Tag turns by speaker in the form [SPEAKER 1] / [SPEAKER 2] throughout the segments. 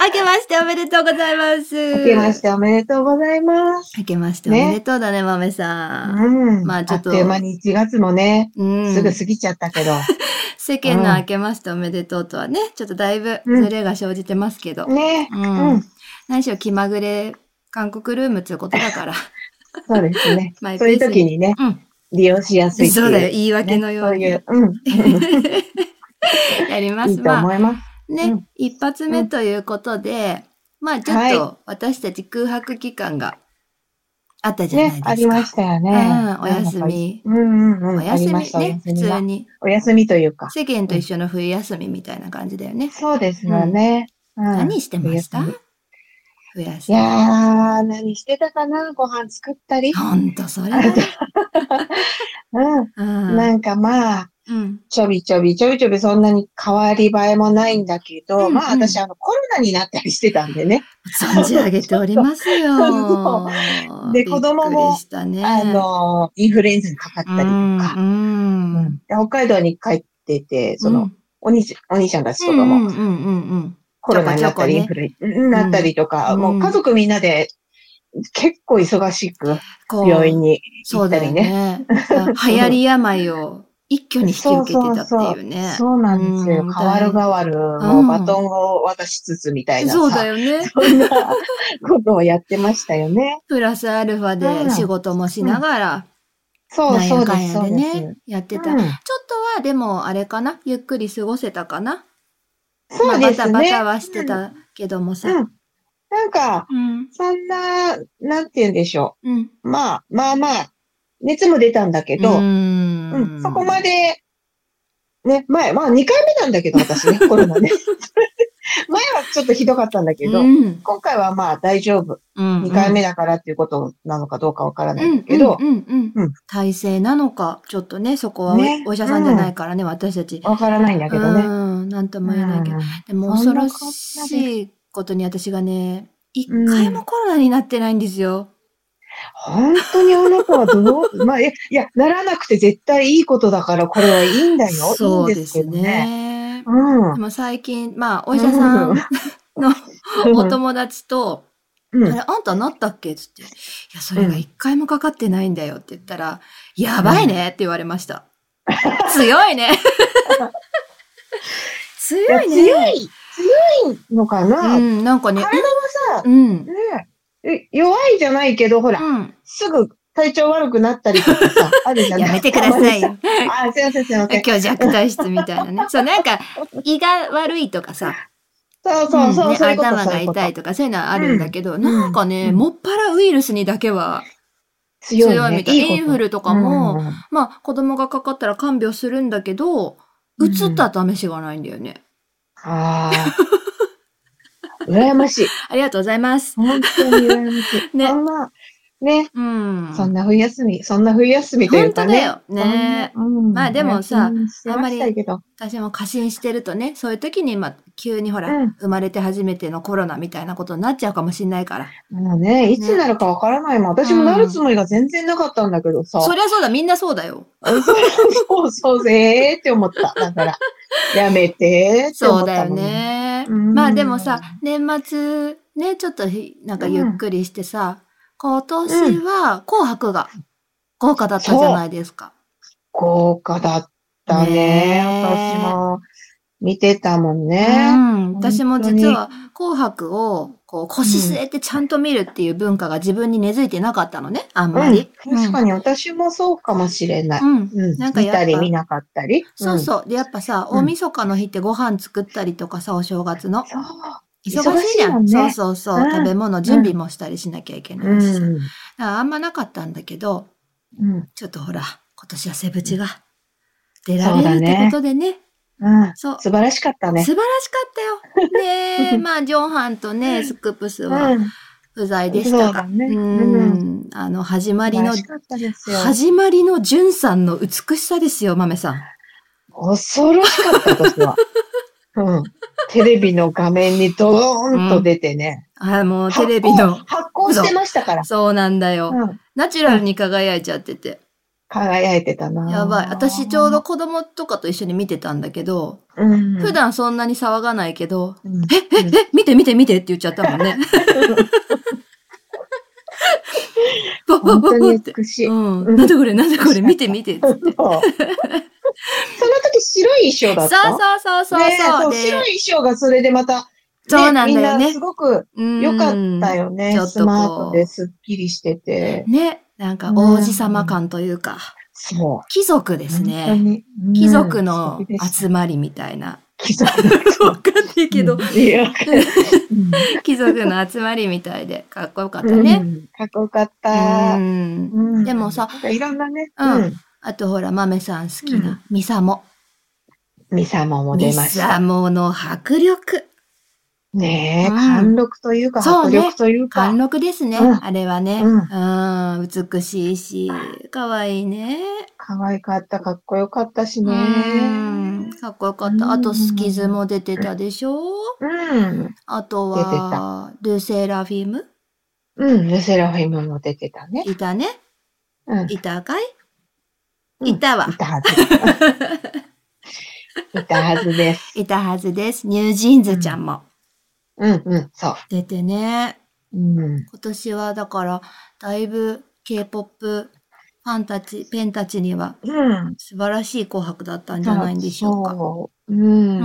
[SPEAKER 1] 明けましておめでとうございます。
[SPEAKER 2] 明けましておめでとうございます。
[SPEAKER 1] 明けましてお
[SPEAKER 2] ね
[SPEAKER 1] めでとうだね、まめさん。
[SPEAKER 2] うん。
[SPEAKER 1] まあちょっと
[SPEAKER 2] あっという間に1月もね、
[SPEAKER 1] うん、
[SPEAKER 2] すぐ過ぎちゃっ たけど。
[SPEAKER 1] 世間の明けましておめでとうとはね、ちょっとだいぶズレが生じてますけど、
[SPEAKER 2] ね。
[SPEAKER 1] う
[SPEAKER 2] うんん。
[SPEAKER 1] 何しろ気まぐれ韓国ルームってことだから、
[SPEAKER 2] そうですね
[SPEAKER 1] マイ。ペ
[SPEAKER 2] そ
[SPEAKER 1] ースに
[SPEAKER 2] ういう時にね、
[SPEAKER 1] うん、
[SPEAKER 2] 利用しやすいってい。
[SPEAKER 1] そううだよ言い訳のように
[SPEAKER 2] ねそういう、
[SPEAKER 1] やりま
[SPEAKER 2] うん。い
[SPEAKER 1] す。
[SPEAKER 2] いと
[SPEAKER 1] まあ
[SPEAKER 2] 思います。
[SPEAKER 1] ね、
[SPEAKER 2] うん
[SPEAKER 1] 一発目ということで、まあちょっと私たち空白期間があったじゃないです
[SPEAKER 2] ね、
[SPEAKER 1] か。
[SPEAKER 2] ありましたよね。
[SPEAKER 1] うん、お休み。
[SPEAKER 2] うんうんうん。
[SPEAKER 1] お
[SPEAKER 2] あり
[SPEAKER 1] 休
[SPEAKER 2] ま
[SPEAKER 1] み
[SPEAKER 2] したお
[SPEAKER 1] ね、
[SPEAKER 2] 休
[SPEAKER 1] 普
[SPEAKER 2] み
[SPEAKER 1] 通
[SPEAKER 2] が
[SPEAKER 1] に。
[SPEAKER 2] お休みというか。
[SPEAKER 1] 世間と一緒の冬休みみたいな感じだよね。
[SPEAKER 2] そうですよね。うん
[SPEAKER 1] 何してました
[SPEAKER 2] 冬休
[SPEAKER 1] 冬休
[SPEAKER 2] みい
[SPEAKER 1] み。
[SPEAKER 2] やー、何してたかなご飯作ったり。
[SPEAKER 1] ほんと、それだね。
[SPEAKER 2] うん。
[SPEAKER 1] うん
[SPEAKER 2] なんかまあ、
[SPEAKER 1] うん。
[SPEAKER 2] ちょびちょび、ちょびちょびそんなに変わり映えもないんだけ
[SPEAKER 1] うん
[SPEAKER 2] ど、
[SPEAKER 1] うん
[SPEAKER 2] まあ私、あの、コロナになったりしてたんでね。
[SPEAKER 1] 存じ上げておりますよ
[SPEAKER 2] そ。で
[SPEAKER 1] びっくり
[SPEAKER 2] 子供も
[SPEAKER 1] したね
[SPEAKER 2] あの、インフルエンザにかかったりと
[SPEAKER 1] う
[SPEAKER 2] か。
[SPEAKER 1] ん。う
[SPEAKER 2] うん
[SPEAKER 1] ん
[SPEAKER 2] で北海道に帰ってて、その、お兄ちゃん、お兄ちゃんたちと
[SPEAKER 1] うん
[SPEAKER 2] か
[SPEAKER 1] うん
[SPEAKER 2] も
[SPEAKER 1] うんうんうん。
[SPEAKER 2] コロナになったり、イン
[SPEAKER 1] ちょ
[SPEAKER 2] フルエンザになったりとか、
[SPEAKER 1] うん
[SPEAKER 2] もう家族みんなで結構忙しく、
[SPEAKER 1] こう
[SPEAKER 2] 病院に
[SPEAKER 1] そうだよね。流 行り病を一挙に引き受けてたっていうね。
[SPEAKER 2] そうなんですよ。
[SPEAKER 1] うん
[SPEAKER 2] 変わる変わる、もうバトンを渡しつつみたいなさ。
[SPEAKER 1] そうだよね。
[SPEAKER 2] そんなことをやってましたよね。
[SPEAKER 1] プラスアルファで仕事もしながら、
[SPEAKER 2] そう、
[SPEAKER 1] なん
[SPEAKER 2] そ
[SPEAKER 1] や
[SPEAKER 2] う
[SPEAKER 1] か
[SPEAKER 2] で
[SPEAKER 1] ん
[SPEAKER 2] す、
[SPEAKER 1] や
[SPEAKER 2] そ
[SPEAKER 1] で
[SPEAKER 2] うです。
[SPEAKER 1] ね、やってた。
[SPEAKER 2] うん
[SPEAKER 1] ちょっとは、でも、あれかなゆっくり過ごせたかな
[SPEAKER 2] そう
[SPEAKER 1] まあ、
[SPEAKER 2] で
[SPEAKER 1] バタ
[SPEAKER 2] す
[SPEAKER 1] バ
[SPEAKER 2] ね。
[SPEAKER 1] タはしてたけどもさ。
[SPEAKER 2] うん。なんか、
[SPEAKER 1] うん。
[SPEAKER 2] そんな、なんて言うんでしょ
[SPEAKER 1] うん。
[SPEAKER 2] う。まあ、まあまあ、熱も出たんだけど、うん、そこま
[SPEAKER 1] で。
[SPEAKER 2] で、ね、前、まあ2回目なんだけど、私ね、コロナね。 それで前はちょっとひどかったんだけど、
[SPEAKER 1] うん。
[SPEAKER 2] 今回はまあ大丈夫。
[SPEAKER 1] 2
[SPEAKER 2] 2回目だからっていうことなのかどうかわからないんだけ
[SPEAKER 1] うん
[SPEAKER 2] ど、
[SPEAKER 1] うんうんう
[SPEAKER 2] うんん、
[SPEAKER 1] 体制なのか、ちょっとね、そこはお,、
[SPEAKER 2] ね
[SPEAKER 1] 医者さんじゃないからね、私たち。
[SPEAKER 2] わからないんだけどね。
[SPEAKER 1] うん、なんとも言えないけど。
[SPEAKER 2] うん
[SPEAKER 1] でも恐
[SPEAKER 2] そんな
[SPEAKER 1] ろ
[SPEAKER 2] こ
[SPEAKER 1] しいことに私がね、一回もコロナになってないんですよ。
[SPEAKER 2] 本当にあの子はどう、まあ、いやいや、ならなくて絶対いいことだから、これはいいんだよ。
[SPEAKER 1] そう
[SPEAKER 2] いい
[SPEAKER 1] で
[SPEAKER 2] んです
[SPEAKER 1] す
[SPEAKER 2] けどね。
[SPEAKER 1] ね。
[SPEAKER 2] うん
[SPEAKER 1] で。も最近、まあ、お医者さん のお友達と、
[SPEAKER 2] う
[SPEAKER 1] あ
[SPEAKER 2] ん
[SPEAKER 1] れ、あんたなったっけっつって、いや、それが一回もかかってないんだよって言ったら、やばいねって言われました。強いね
[SPEAKER 2] い
[SPEAKER 1] 強
[SPEAKER 2] や
[SPEAKER 1] いね
[SPEAKER 2] 強い、強いのかな、
[SPEAKER 1] うん、なんかね、
[SPEAKER 2] 体はさ、
[SPEAKER 1] うん。
[SPEAKER 2] ねえ弱いじゃないけど、ほら、
[SPEAKER 1] うん。
[SPEAKER 2] すぐ体調悪くなったりとか さ、あるじゃない
[SPEAKER 1] やめてくださいよ。
[SPEAKER 2] あ、すいません、すいません。
[SPEAKER 1] 今日弱体質みたいな ね。そう、なんか、胃が悪いとかさ、
[SPEAKER 2] そうそうそう、
[SPEAKER 1] んね
[SPEAKER 2] そういうこと、
[SPEAKER 1] 頭
[SPEAKER 2] そう
[SPEAKER 1] が
[SPEAKER 2] いうこと
[SPEAKER 1] 痛いとか、そういうのはあるんだけど、なんかね、
[SPEAKER 2] うん
[SPEAKER 1] もっぱらウイルスにだけは
[SPEAKER 2] 強い、ね。
[SPEAKER 1] 強いみたい。インフ
[SPEAKER 2] ル
[SPEAKER 1] ルとかも、まあ、子供がかかったら看病するんだけど、
[SPEAKER 2] うん
[SPEAKER 1] 移った試しがないんだよね。
[SPEAKER 2] ああ。羨ましい。
[SPEAKER 1] ありがとうございます。
[SPEAKER 2] 本当に羨まし い。
[SPEAKER 1] ね
[SPEAKER 2] そんな、ね、
[SPEAKER 1] うん。
[SPEAKER 2] そんな冬休み、そんな冬休みという
[SPEAKER 1] 本
[SPEAKER 2] か
[SPEAKER 1] 当だ
[SPEAKER 2] ね。
[SPEAKER 1] よ。ね
[SPEAKER 2] そんなうん
[SPEAKER 1] まあでもさ
[SPEAKER 2] うんしてましたけど
[SPEAKER 1] 私も過信してるとね、そういう時に、まあ、急にほら、
[SPEAKER 2] うん
[SPEAKER 1] 生まれて初めてのコロナみたいなことになっちゃうかもしれないから。
[SPEAKER 2] もうね、いつになるかわからないもん。私もなるつもりが全然なかったんだけどさ。
[SPEAKER 1] そりゃそうだ、みんなそうだよ。
[SPEAKER 2] そうそうぜーって思った。だから、やめてーって
[SPEAKER 1] そ
[SPEAKER 2] 思
[SPEAKER 1] う
[SPEAKER 2] っ
[SPEAKER 1] だ
[SPEAKER 2] た
[SPEAKER 1] よ
[SPEAKER 2] もん。
[SPEAKER 1] ね。
[SPEAKER 2] うん
[SPEAKER 1] まあでもさ、年末ね、ちょっとひなんかゆっくりしてさ、今年は紅白が豪華だったじゃないですか。
[SPEAKER 2] 豪華だったね。
[SPEAKER 1] ねー
[SPEAKER 2] 私も見てたもん
[SPEAKER 1] う
[SPEAKER 2] ね。
[SPEAKER 1] ん、
[SPEAKER 2] 本当に
[SPEAKER 1] 私も実は紅白をこう腰据えてちゃんと見るっていう文化が自分に根付いてなかったのね、あん
[SPEAKER 2] うん、
[SPEAKER 1] まり。
[SPEAKER 2] 確かに私もそうかもしれない。
[SPEAKER 1] うん。うん
[SPEAKER 2] うん。
[SPEAKER 1] なんかや
[SPEAKER 2] 見
[SPEAKER 1] っぱ
[SPEAKER 2] たり見なかったり。。
[SPEAKER 1] そうんそう。で、やっぱさ、
[SPEAKER 2] うん
[SPEAKER 1] 大晦日の日ってご飯作ったりとかさ、お正月の。
[SPEAKER 2] そう。
[SPEAKER 1] 忙しいじゃん。
[SPEAKER 2] 忙しいもんね
[SPEAKER 1] そうそうそう。
[SPEAKER 2] うん
[SPEAKER 1] 食べ物準備もしたりしなきゃいけな
[SPEAKER 2] う
[SPEAKER 1] いし。だか
[SPEAKER 2] ん。
[SPEAKER 1] らあんまなかったんだけど、
[SPEAKER 2] うん。
[SPEAKER 1] ちょっとほら、今年はセブチが出られるってことでね。
[SPEAKER 2] うん。
[SPEAKER 1] そう。
[SPEAKER 2] 素晴らしかったね。
[SPEAKER 1] 素晴らしかったよ。ね え、まあ、ジョンハンとね、スクープス
[SPEAKER 2] う
[SPEAKER 1] は
[SPEAKER 2] ん。
[SPEAKER 1] 不在でし
[SPEAKER 2] そ
[SPEAKER 1] た
[SPEAKER 2] う
[SPEAKER 1] が、
[SPEAKER 2] だね
[SPEAKER 1] うん、あの、始ま
[SPEAKER 2] 素
[SPEAKER 1] り
[SPEAKER 2] 晴
[SPEAKER 1] の
[SPEAKER 2] らし、かったですよ。
[SPEAKER 1] 始まりのジュンさんの美しさですよ、豆さん。
[SPEAKER 2] 恐ろしかった、私は。うん。テレビの画面にドーンと出てね。
[SPEAKER 1] ああ、もうテレビの、
[SPEAKER 2] 発光してましたから。
[SPEAKER 1] そうなんだよ。
[SPEAKER 2] うん。
[SPEAKER 1] ナチュラルに輝いちゃってて。
[SPEAKER 2] 輝いてたな。
[SPEAKER 1] やばい。私ちょうど、子供とかと一緒に見てたんだけど、
[SPEAKER 2] うん、
[SPEAKER 1] 普、段そんなに騒がないけど、
[SPEAKER 2] うん、
[SPEAKER 1] え、え、え、見て見て見てって言っちゃったもん ね。わわわ
[SPEAKER 2] 本当
[SPEAKER 1] わっ
[SPEAKER 2] に
[SPEAKER 1] て。
[SPEAKER 2] 美しい。
[SPEAKER 1] う。
[SPEAKER 2] うんん
[SPEAKER 1] なんでこれなんでこれ見て見てっつ って。
[SPEAKER 2] そうその時白い衣装だ
[SPEAKER 1] そう
[SPEAKER 2] った。
[SPEAKER 1] そうそう
[SPEAKER 2] ねえ
[SPEAKER 1] そう。で
[SPEAKER 2] 白い衣装がそれでまた、ね
[SPEAKER 1] そうなんだよ
[SPEAKER 2] み
[SPEAKER 1] ね
[SPEAKER 2] んなす。ごく
[SPEAKER 1] うん
[SPEAKER 2] 良かったよね。
[SPEAKER 1] ちょっとこう
[SPEAKER 2] スマートでスッキリしてて。
[SPEAKER 1] ね。なんか王子様感というか、
[SPEAKER 2] そう。
[SPEAKER 1] 貴族です
[SPEAKER 2] 本当
[SPEAKER 1] ね。
[SPEAKER 2] に。うん
[SPEAKER 1] 貴族の
[SPEAKER 2] 素
[SPEAKER 1] 集まりみたい な。
[SPEAKER 2] 敵でした貴族
[SPEAKER 1] わかんないけど、
[SPEAKER 2] いや、うん
[SPEAKER 1] 貴族の集まりみたいで、かっこよかったね。
[SPEAKER 2] うんかっこよかっ
[SPEAKER 1] う
[SPEAKER 2] た。
[SPEAKER 1] ん。
[SPEAKER 2] うん
[SPEAKER 1] でもさ
[SPEAKER 2] なんかいろんなね、
[SPEAKER 1] うん
[SPEAKER 2] うん。
[SPEAKER 1] あとほら、豆さん好きな、ミサモ。
[SPEAKER 2] ミサモも
[SPEAKER 1] ミ
[SPEAKER 2] 出まし
[SPEAKER 1] サ
[SPEAKER 2] た。
[SPEAKER 1] モの迫力。
[SPEAKER 2] ねえ、
[SPEAKER 1] うん
[SPEAKER 2] 貫禄というか、
[SPEAKER 1] そう
[SPEAKER 2] 迫
[SPEAKER 1] ね
[SPEAKER 2] 力というか。
[SPEAKER 1] 貫禄ですね、
[SPEAKER 2] うん
[SPEAKER 1] あれはね。
[SPEAKER 2] うん
[SPEAKER 1] うん、美しいし、可愛いね。
[SPEAKER 2] 可愛かった、かっこよかったし
[SPEAKER 1] う
[SPEAKER 2] ね。
[SPEAKER 1] ん、かっこよかった。あと、
[SPEAKER 2] うん
[SPEAKER 1] スキズも出てたでしょ
[SPEAKER 2] うん。
[SPEAKER 1] あとは、ルセラフィム
[SPEAKER 2] うん、ルセラフィムも出てたね。
[SPEAKER 1] いたね。
[SPEAKER 2] うん。
[SPEAKER 1] いたかい、
[SPEAKER 2] うん
[SPEAKER 1] いたわ
[SPEAKER 2] い。たは ず。いたはずです。
[SPEAKER 1] いたはずです。ニュージーンズちゃんも
[SPEAKER 2] うん、うん、そ
[SPEAKER 1] 出てね。
[SPEAKER 2] う。うん。
[SPEAKER 1] 今年はだから、だいぶ K-POP ファンたち、ペンたちには
[SPEAKER 2] うん。
[SPEAKER 1] 素晴らしい紅白だったんじゃないんでしょうか。
[SPEAKER 2] そう。
[SPEAKER 1] う
[SPEAKER 2] うん。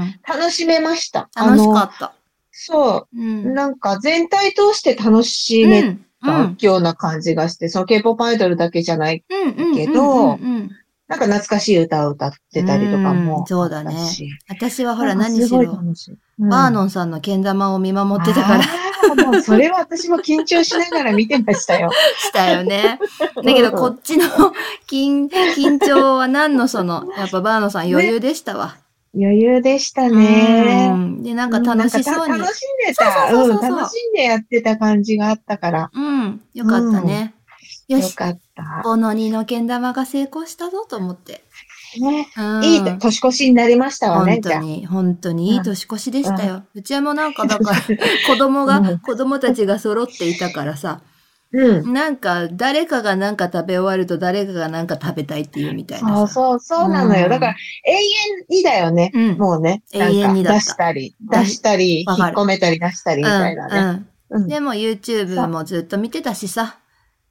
[SPEAKER 1] ん。
[SPEAKER 2] 楽しめました。
[SPEAKER 1] 楽しか
[SPEAKER 2] あの
[SPEAKER 1] った。
[SPEAKER 2] そうう。
[SPEAKER 1] ん。
[SPEAKER 2] なんか全体通して楽し
[SPEAKER 1] う
[SPEAKER 2] め
[SPEAKER 1] ん
[SPEAKER 2] たような感じがして、その K-POP アイドルだけじゃない、
[SPEAKER 1] うんうんうん
[SPEAKER 2] けど
[SPEAKER 1] うんうん
[SPEAKER 2] なんか懐かしい歌を歌ってたりとかもあ
[SPEAKER 1] うん
[SPEAKER 2] ったし。
[SPEAKER 1] そうだね私はほら
[SPEAKER 2] なんか
[SPEAKER 1] 何し
[SPEAKER 2] すごい
[SPEAKER 1] ろ、
[SPEAKER 2] 楽しい。うん
[SPEAKER 1] バーノンさんのけん玉を見守ってたから
[SPEAKER 2] あーもうそれは私も緊張しながら見てまし たよ。
[SPEAKER 1] したよね。だけどこっちの緊緊張は何のその、やっぱバーノンさん余裕でしたわ。
[SPEAKER 2] 余裕でした
[SPEAKER 1] う
[SPEAKER 2] ね。
[SPEAKER 1] んで、なんか楽しそう
[SPEAKER 2] なん
[SPEAKER 1] に
[SPEAKER 2] かた。楽しんでた。
[SPEAKER 1] そうそうそううんそう
[SPEAKER 2] 楽しんでやってた感じがあったから。
[SPEAKER 1] うん。よかったね。よ
[SPEAKER 2] よ
[SPEAKER 1] し。
[SPEAKER 2] かった。
[SPEAKER 1] この2のけん玉が成功したぞと思って。
[SPEAKER 2] ね。
[SPEAKER 1] うん
[SPEAKER 2] いい年越しになりましたわ
[SPEAKER 1] 本
[SPEAKER 2] ね、じ
[SPEAKER 1] 当
[SPEAKER 2] ゃあ。
[SPEAKER 1] に、本当にいい年越しでしたよ。うちはもうなんか、だ から、子供
[SPEAKER 2] う
[SPEAKER 1] が、
[SPEAKER 2] ん
[SPEAKER 1] 子供たちが揃っていたからさ、
[SPEAKER 2] うん。
[SPEAKER 1] なんか、誰かがなんか食べ終わると誰かがなんか食べたいっていうみたい
[SPEAKER 2] そ
[SPEAKER 1] な
[SPEAKER 2] う
[SPEAKER 1] さ。
[SPEAKER 2] そう、そうなの
[SPEAKER 1] う
[SPEAKER 2] よ。
[SPEAKER 1] ん
[SPEAKER 2] だから、永遠にだよね。
[SPEAKER 1] うん
[SPEAKER 2] もうね。なん
[SPEAKER 1] 永
[SPEAKER 2] か
[SPEAKER 1] 遠にだった
[SPEAKER 2] 出したり、出したり、引
[SPEAKER 1] わか
[SPEAKER 2] っ
[SPEAKER 1] る
[SPEAKER 2] 込めたり出したりみたいなね。
[SPEAKER 1] ん
[SPEAKER 2] う
[SPEAKER 1] うん。
[SPEAKER 2] ん
[SPEAKER 1] でも YouTube もずっと見てたしさ、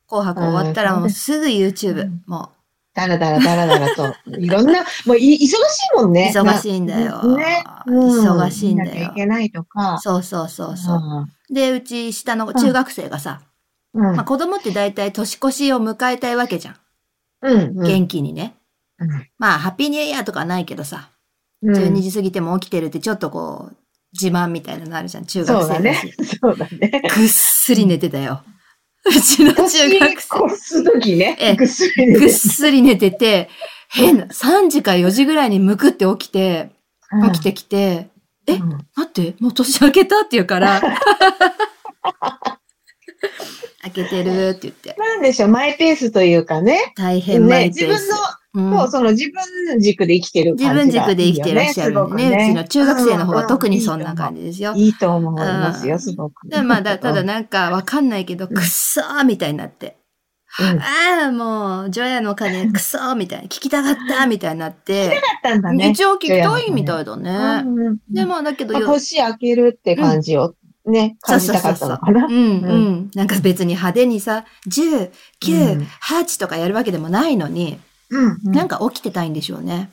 [SPEAKER 1] 紅白終わったらもうすぐ YouTube、
[SPEAKER 2] うん
[SPEAKER 1] も
[SPEAKER 2] だらだらだらだら と、いろんな、もうい忙しいもん
[SPEAKER 1] う、
[SPEAKER 2] ね。
[SPEAKER 1] 忙しいんだよ。
[SPEAKER 2] なね。うん
[SPEAKER 1] 忙しいん
[SPEAKER 2] 見な
[SPEAKER 1] だ
[SPEAKER 2] きゃ
[SPEAKER 1] よ
[SPEAKER 2] い。けないとか。
[SPEAKER 1] そうそうそうそう。で、うち下の
[SPEAKER 2] ん
[SPEAKER 1] 中学生がさ、
[SPEAKER 2] うん。うん
[SPEAKER 1] まあ子供って大体年越しを迎えたいわけじゃん。
[SPEAKER 2] うん。うん
[SPEAKER 1] 元気にね。
[SPEAKER 2] うん
[SPEAKER 1] まあ、ハッピーニューイヤーとかはないけどさ、
[SPEAKER 2] うん
[SPEAKER 1] 12時過ぎても起きてるってちょっとこう、自慢みたいなのあるじゃん、中
[SPEAKER 2] そ
[SPEAKER 1] 学
[SPEAKER 2] うだ
[SPEAKER 1] 生だし。
[SPEAKER 2] ね。そうだね。
[SPEAKER 1] ぐっすり寝てたよ。うちの中 学生。
[SPEAKER 2] こすときね
[SPEAKER 1] ええ。
[SPEAKER 2] ぐっすり寝
[SPEAKER 1] ぐってすり寝てて、変な、3時か4時ぐらいにむくって起きて、
[SPEAKER 2] うん
[SPEAKER 1] 起きてきて、え
[SPEAKER 2] うん
[SPEAKER 1] 待って、もう年明けたって言う から、明けてるって言って、
[SPEAKER 2] なんでしょう、マイペースというかね。
[SPEAKER 1] 大変マ
[SPEAKER 2] ね、
[SPEAKER 1] イペ
[SPEAKER 2] 自
[SPEAKER 1] ー
[SPEAKER 2] 分
[SPEAKER 1] ス。
[SPEAKER 2] の、
[SPEAKER 1] うん
[SPEAKER 2] もうその自分軸で生きてる
[SPEAKER 1] 自
[SPEAKER 2] 感
[SPEAKER 1] 分
[SPEAKER 2] じが
[SPEAKER 1] 軸で
[SPEAKER 2] いい
[SPEAKER 1] 生き
[SPEAKER 2] よ
[SPEAKER 1] てらっしゃるんでね、うちの中学生の方は特にそんな感
[SPEAKER 2] じ。
[SPEAKER 1] じですよ。
[SPEAKER 2] いいと思いますよ、すごく。
[SPEAKER 1] でまあだ、ただ
[SPEAKER 2] ね。
[SPEAKER 1] なんかわかんないけど、くっそーみたいになって。
[SPEAKER 2] うん。だっ
[SPEAKER 1] ああ、もう、ジョヤの鐘、くそーみたいな、聞きたかったみたいになって、
[SPEAKER 2] たんだね。
[SPEAKER 1] 一応聞きたいみたいだね。
[SPEAKER 2] うんうん
[SPEAKER 1] でも、だけど
[SPEAKER 2] まあ
[SPEAKER 1] よ、
[SPEAKER 2] 年明けるって感じをね、
[SPEAKER 1] そう
[SPEAKER 2] 感じ
[SPEAKER 1] そう
[SPEAKER 2] た
[SPEAKER 1] そ
[SPEAKER 2] か
[SPEAKER 1] う
[SPEAKER 2] った
[SPEAKER 1] そ
[SPEAKER 2] の
[SPEAKER 1] う。
[SPEAKER 2] かな
[SPEAKER 1] う。んうん。なんか別に派手にさ、10、
[SPEAKER 2] う
[SPEAKER 1] 9
[SPEAKER 2] ん、
[SPEAKER 1] 8とかやるわけでもないのに、
[SPEAKER 2] うん。
[SPEAKER 1] なんか起きてたいんでしょうね。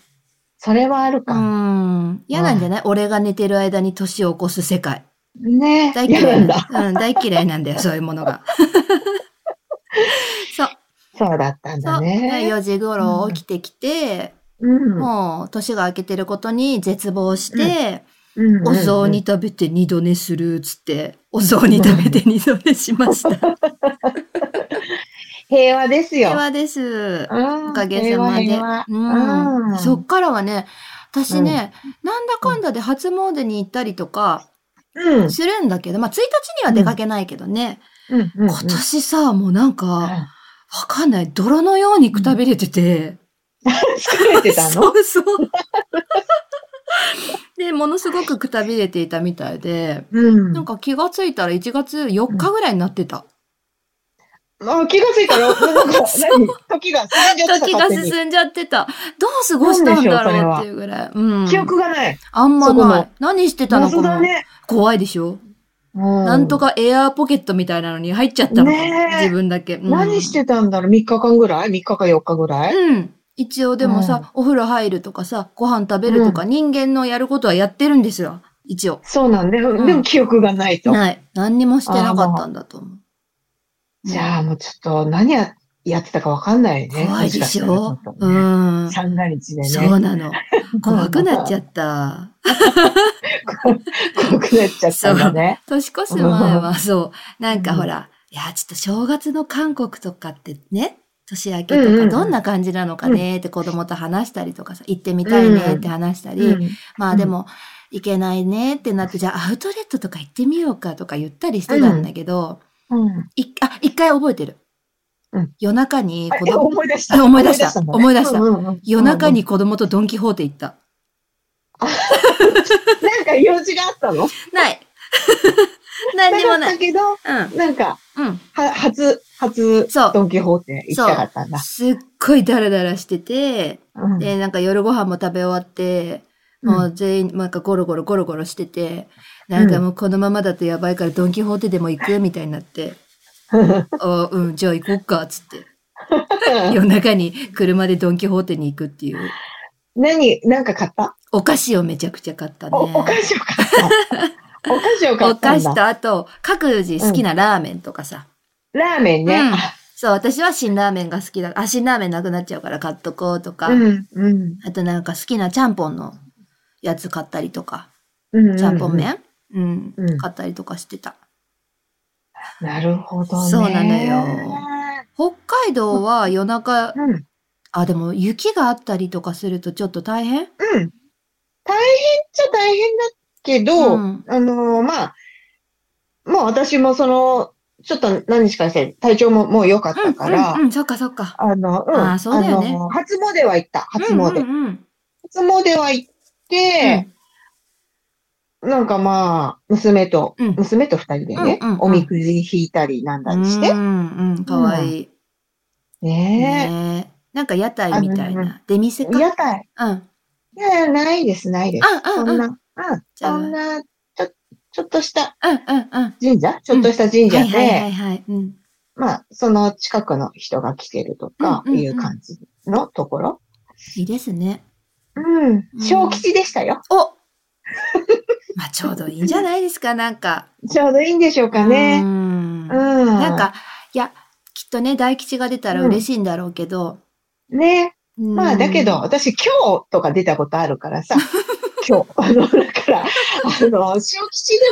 [SPEAKER 2] それはある
[SPEAKER 1] う
[SPEAKER 2] か。
[SPEAKER 1] ん。嫌なんじゃない俺が寝てる間に年を起こす世界。
[SPEAKER 2] ね。
[SPEAKER 1] 大
[SPEAKER 2] や
[SPEAKER 1] 嫌
[SPEAKER 2] る
[SPEAKER 1] い
[SPEAKER 2] んだ。
[SPEAKER 1] うん、大嫌いなん だよ、そういうものが。そう、
[SPEAKER 2] そうだったん
[SPEAKER 1] そ
[SPEAKER 2] だ
[SPEAKER 1] う。
[SPEAKER 2] ね。
[SPEAKER 1] 4時頃起きてきて、
[SPEAKER 2] うん
[SPEAKER 1] もう年が明けてることに絶望して、
[SPEAKER 2] うん
[SPEAKER 1] お雑煮。食べて二度寝するっつって、お雑煮食べて二度寝しました。
[SPEAKER 2] 平和です
[SPEAKER 1] で
[SPEAKER 2] よ。
[SPEAKER 1] はです。
[SPEAKER 2] お
[SPEAKER 1] おかげさまで。うんそっからはね、私ね、なんだかんだで初詣に行ったりとか
[SPEAKER 2] うん。
[SPEAKER 1] するんだけど、まあ1日には出かけないけどね、
[SPEAKER 2] うん。うん
[SPEAKER 1] 今年さ、もうなんか、わかんない、泥のようにくたびれてて、
[SPEAKER 2] 疲れてたの
[SPEAKER 1] そう そう。で、ものすごくくたびれていたみたいで、
[SPEAKER 2] うん
[SPEAKER 1] なんか気がついたら1月4日ぐらいになってた。
[SPEAKER 2] あ気がついたら、なんか、何時が進んじゃって
[SPEAKER 1] 時
[SPEAKER 2] た
[SPEAKER 1] が
[SPEAKER 2] 勝手に
[SPEAKER 1] 進んじゃってた。どう過ごしたんだ
[SPEAKER 2] なんでしょうそれ
[SPEAKER 1] ろう
[SPEAKER 2] は
[SPEAKER 1] っていうぐらい。うん。
[SPEAKER 2] 記憶がない。
[SPEAKER 1] あんま
[SPEAKER 2] そこ
[SPEAKER 1] ない
[SPEAKER 2] の。
[SPEAKER 1] 何してたの
[SPEAKER 2] 謎
[SPEAKER 1] か
[SPEAKER 2] だ
[SPEAKER 1] な、
[SPEAKER 2] ね。
[SPEAKER 1] 怖いでしょ、
[SPEAKER 2] な
[SPEAKER 1] なんと。かエアーポケットみたいなのに入っちゃったのかな、
[SPEAKER 2] ねえ
[SPEAKER 1] 自分だけ。うん
[SPEAKER 2] 何してたんだろう ?3 日間ぐらい ?3 日か4日ぐらい
[SPEAKER 1] うん。一応でもさ、お風呂入るとかさ、ご飯食べるとか、人間のやることはやってるんですよ。一応。
[SPEAKER 2] そうなんで、
[SPEAKER 1] ん
[SPEAKER 2] でも記憶がないと。
[SPEAKER 1] ない。何にもしてなかったんだと思う。
[SPEAKER 2] じゃあもうちょっと何ややってたかわかんないね。
[SPEAKER 1] 怖いでし
[SPEAKER 2] も
[SPEAKER 1] ょ
[SPEAKER 2] かた
[SPEAKER 1] う
[SPEAKER 2] らね
[SPEAKER 1] ん。
[SPEAKER 2] 三が日でね。
[SPEAKER 1] そうな の。怖くなっちゃった。
[SPEAKER 2] 怖くなっちゃったんだね。
[SPEAKER 1] 年越す前 はそう、なんかほら、いや、ちょっと正月の韓国とかってね、年明け
[SPEAKER 2] うん
[SPEAKER 1] と
[SPEAKER 2] うんう
[SPEAKER 1] か
[SPEAKER 2] ん
[SPEAKER 1] どんな感じなのかねって子供と話したりとかさ、行ってみたいねって話したり、
[SPEAKER 2] うん
[SPEAKER 1] まあでも、行けないねってなって、じゃあアウトレットとか行ってみようかとか言ったりしてたんだけど、
[SPEAKER 2] うん
[SPEAKER 1] いあ、一回覚えてる。
[SPEAKER 2] うん
[SPEAKER 1] 夜中に
[SPEAKER 2] あ
[SPEAKER 1] 子
[SPEAKER 2] え
[SPEAKER 1] 供、
[SPEAKER 2] 思い出し
[SPEAKER 1] あ
[SPEAKER 2] た。
[SPEAKER 1] 思い出した
[SPEAKER 2] んだ
[SPEAKER 1] 思い出した
[SPEAKER 2] うんうんうん
[SPEAKER 1] 夜中に子供とドンキホーテ行った。
[SPEAKER 2] なんか用事があったの
[SPEAKER 1] ない。何にも
[SPEAKER 2] なか
[SPEAKER 1] な
[SPEAKER 2] った
[SPEAKER 1] い。
[SPEAKER 2] けど、
[SPEAKER 1] うん。
[SPEAKER 2] なんか、
[SPEAKER 1] うん。
[SPEAKER 2] は初、初
[SPEAKER 1] そう、
[SPEAKER 2] ドン・キホーテ行きたかったんだ。
[SPEAKER 1] すっごいダラダラしてて、
[SPEAKER 2] うん
[SPEAKER 1] で、なんか夜ご飯も食べ終わって、もう全員、なんかゴロゴロゴロゴロしてて、なんかもうこのままだとやばいからドンキホーテでも行くみたいにな って、あうん、じゃあ行こっか、つって。夜中に車でドンキホーテに行くっていう。
[SPEAKER 2] 何、なんか買った
[SPEAKER 1] お菓子をめちゃくちゃ買ったね。
[SPEAKER 2] おお菓子を買った。お菓子を買
[SPEAKER 1] お
[SPEAKER 2] った
[SPEAKER 1] 菓
[SPEAKER 2] ん
[SPEAKER 1] 子
[SPEAKER 2] だ。
[SPEAKER 1] とあと、各自好きなラーメンとかさ。
[SPEAKER 2] ラーメン
[SPEAKER 1] う
[SPEAKER 2] ね。
[SPEAKER 1] んそう、私は辛ラーメンが好きだ。あ、辛ラーメンなくなっちゃうから買っとこうとか。
[SPEAKER 2] うん、うん
[SPEAKER 1] あとなんか好きなちゃんぽんのやつ買ったりとか、
[SPEAKER 2] うん。
[SPEAKER 1] ちゃんぽん麺、うん
[SPEAKER 2] うん
[SPEAKER 1] 買ったりとかしてた。
[SPEAKER 2] なるほどね。
[SPEAKER 1] そうなのよ北海道は夜中、
[SPEAKER 2] うん。
[SPEAKER 1] あ、でも雪があったりとかするとちょっと大変
[SPEAKER 2] うん。大変っちゃ大変だけど、
[SPEAKER 1] うん
[SPEAKER 2] あのーまあ、もう私もその、ちょっと何日かして、体調ももう良かったから、
[SPEAKER 1] うん、うん、そっかそっか。
[SPEAKER 2] あの、うん。
[SPEAKER 1] あーそうだよね
[SPEAKER 2] あのー初詣は行った。初詣。
[SPEAKER 1] うんうんうん
[SPEAKER 2] 初詣は行って、なんかまあ、娘と、
[SPEAKER 1] うん
[SPEAKER 2] 娘と二人でね、
[SPEAKER 1] うんうんうん
[SPEAKER 2] おみくじ引いたりなんだりして
[SPEAKER 1] う、んうん、かわいい。
[SPEAKER 2] ね
[SPEAKER 1] ねえなんか屋台みたい
[SPEAKER 2] あうん
[SPEAKER 1] な。出店
[SPEAKER 2] え、
[SPEAKER 1] か。
[SPEAKER 2] 屋台。
[SPEAKER 1] うん。あ、
[SPEAKER 2] いや、ないです、ないです。
[SPEAKER 1] うんう
[SPEAKER 2] そ
[SPEAKER 1] んん。
[SPEAKER 2] な、
[SPEAKER 1] う
[SPEAKER 2] うんん、
[SPEAKER 1] じゃあ
[SPEAKER 2] そんな、ちょ、ちょっとした
[SPEAKER 1] うんうん。
[SPEAKER 2] 神社ちょっとした神
[SPEAKER 1] はい
[SPEAKER 2] 社
[SPEAKER 1] はいは
[SPEAKER 2] で
[SPEAKER 1] い、はい。うん。
[SPEAKER 2] まあ、その近くの人が来てるとか、
[SPEAKER 1] うんうんうん
[SPEAKER 2] いう感じのところ。
[SPEAKER 1] いいですね。
[SPEAKER 2] うん。小吉でしたよ。
[SPEAKER 1] お まあちょうどいいんじゃないですか、なんか。
[SPEAKER 2] ちょうどいいんでしょうか
[SPEAKER 1] う
[SPEAKER 2] ね。
[SPEAKER 1] ん
[SPEAKER 2] うん。な
[SPEAKER 1] なん、か、いや、きっとね、大吉が出たら嬉しいんだろうけど。
[SPEAKER 2] ね。
[SPEAKER 1] うん
[SPEAKER 2] まあ、だけど、、私、今日とか出たことあるか らさ、今日。あの、だから、あの、小吉で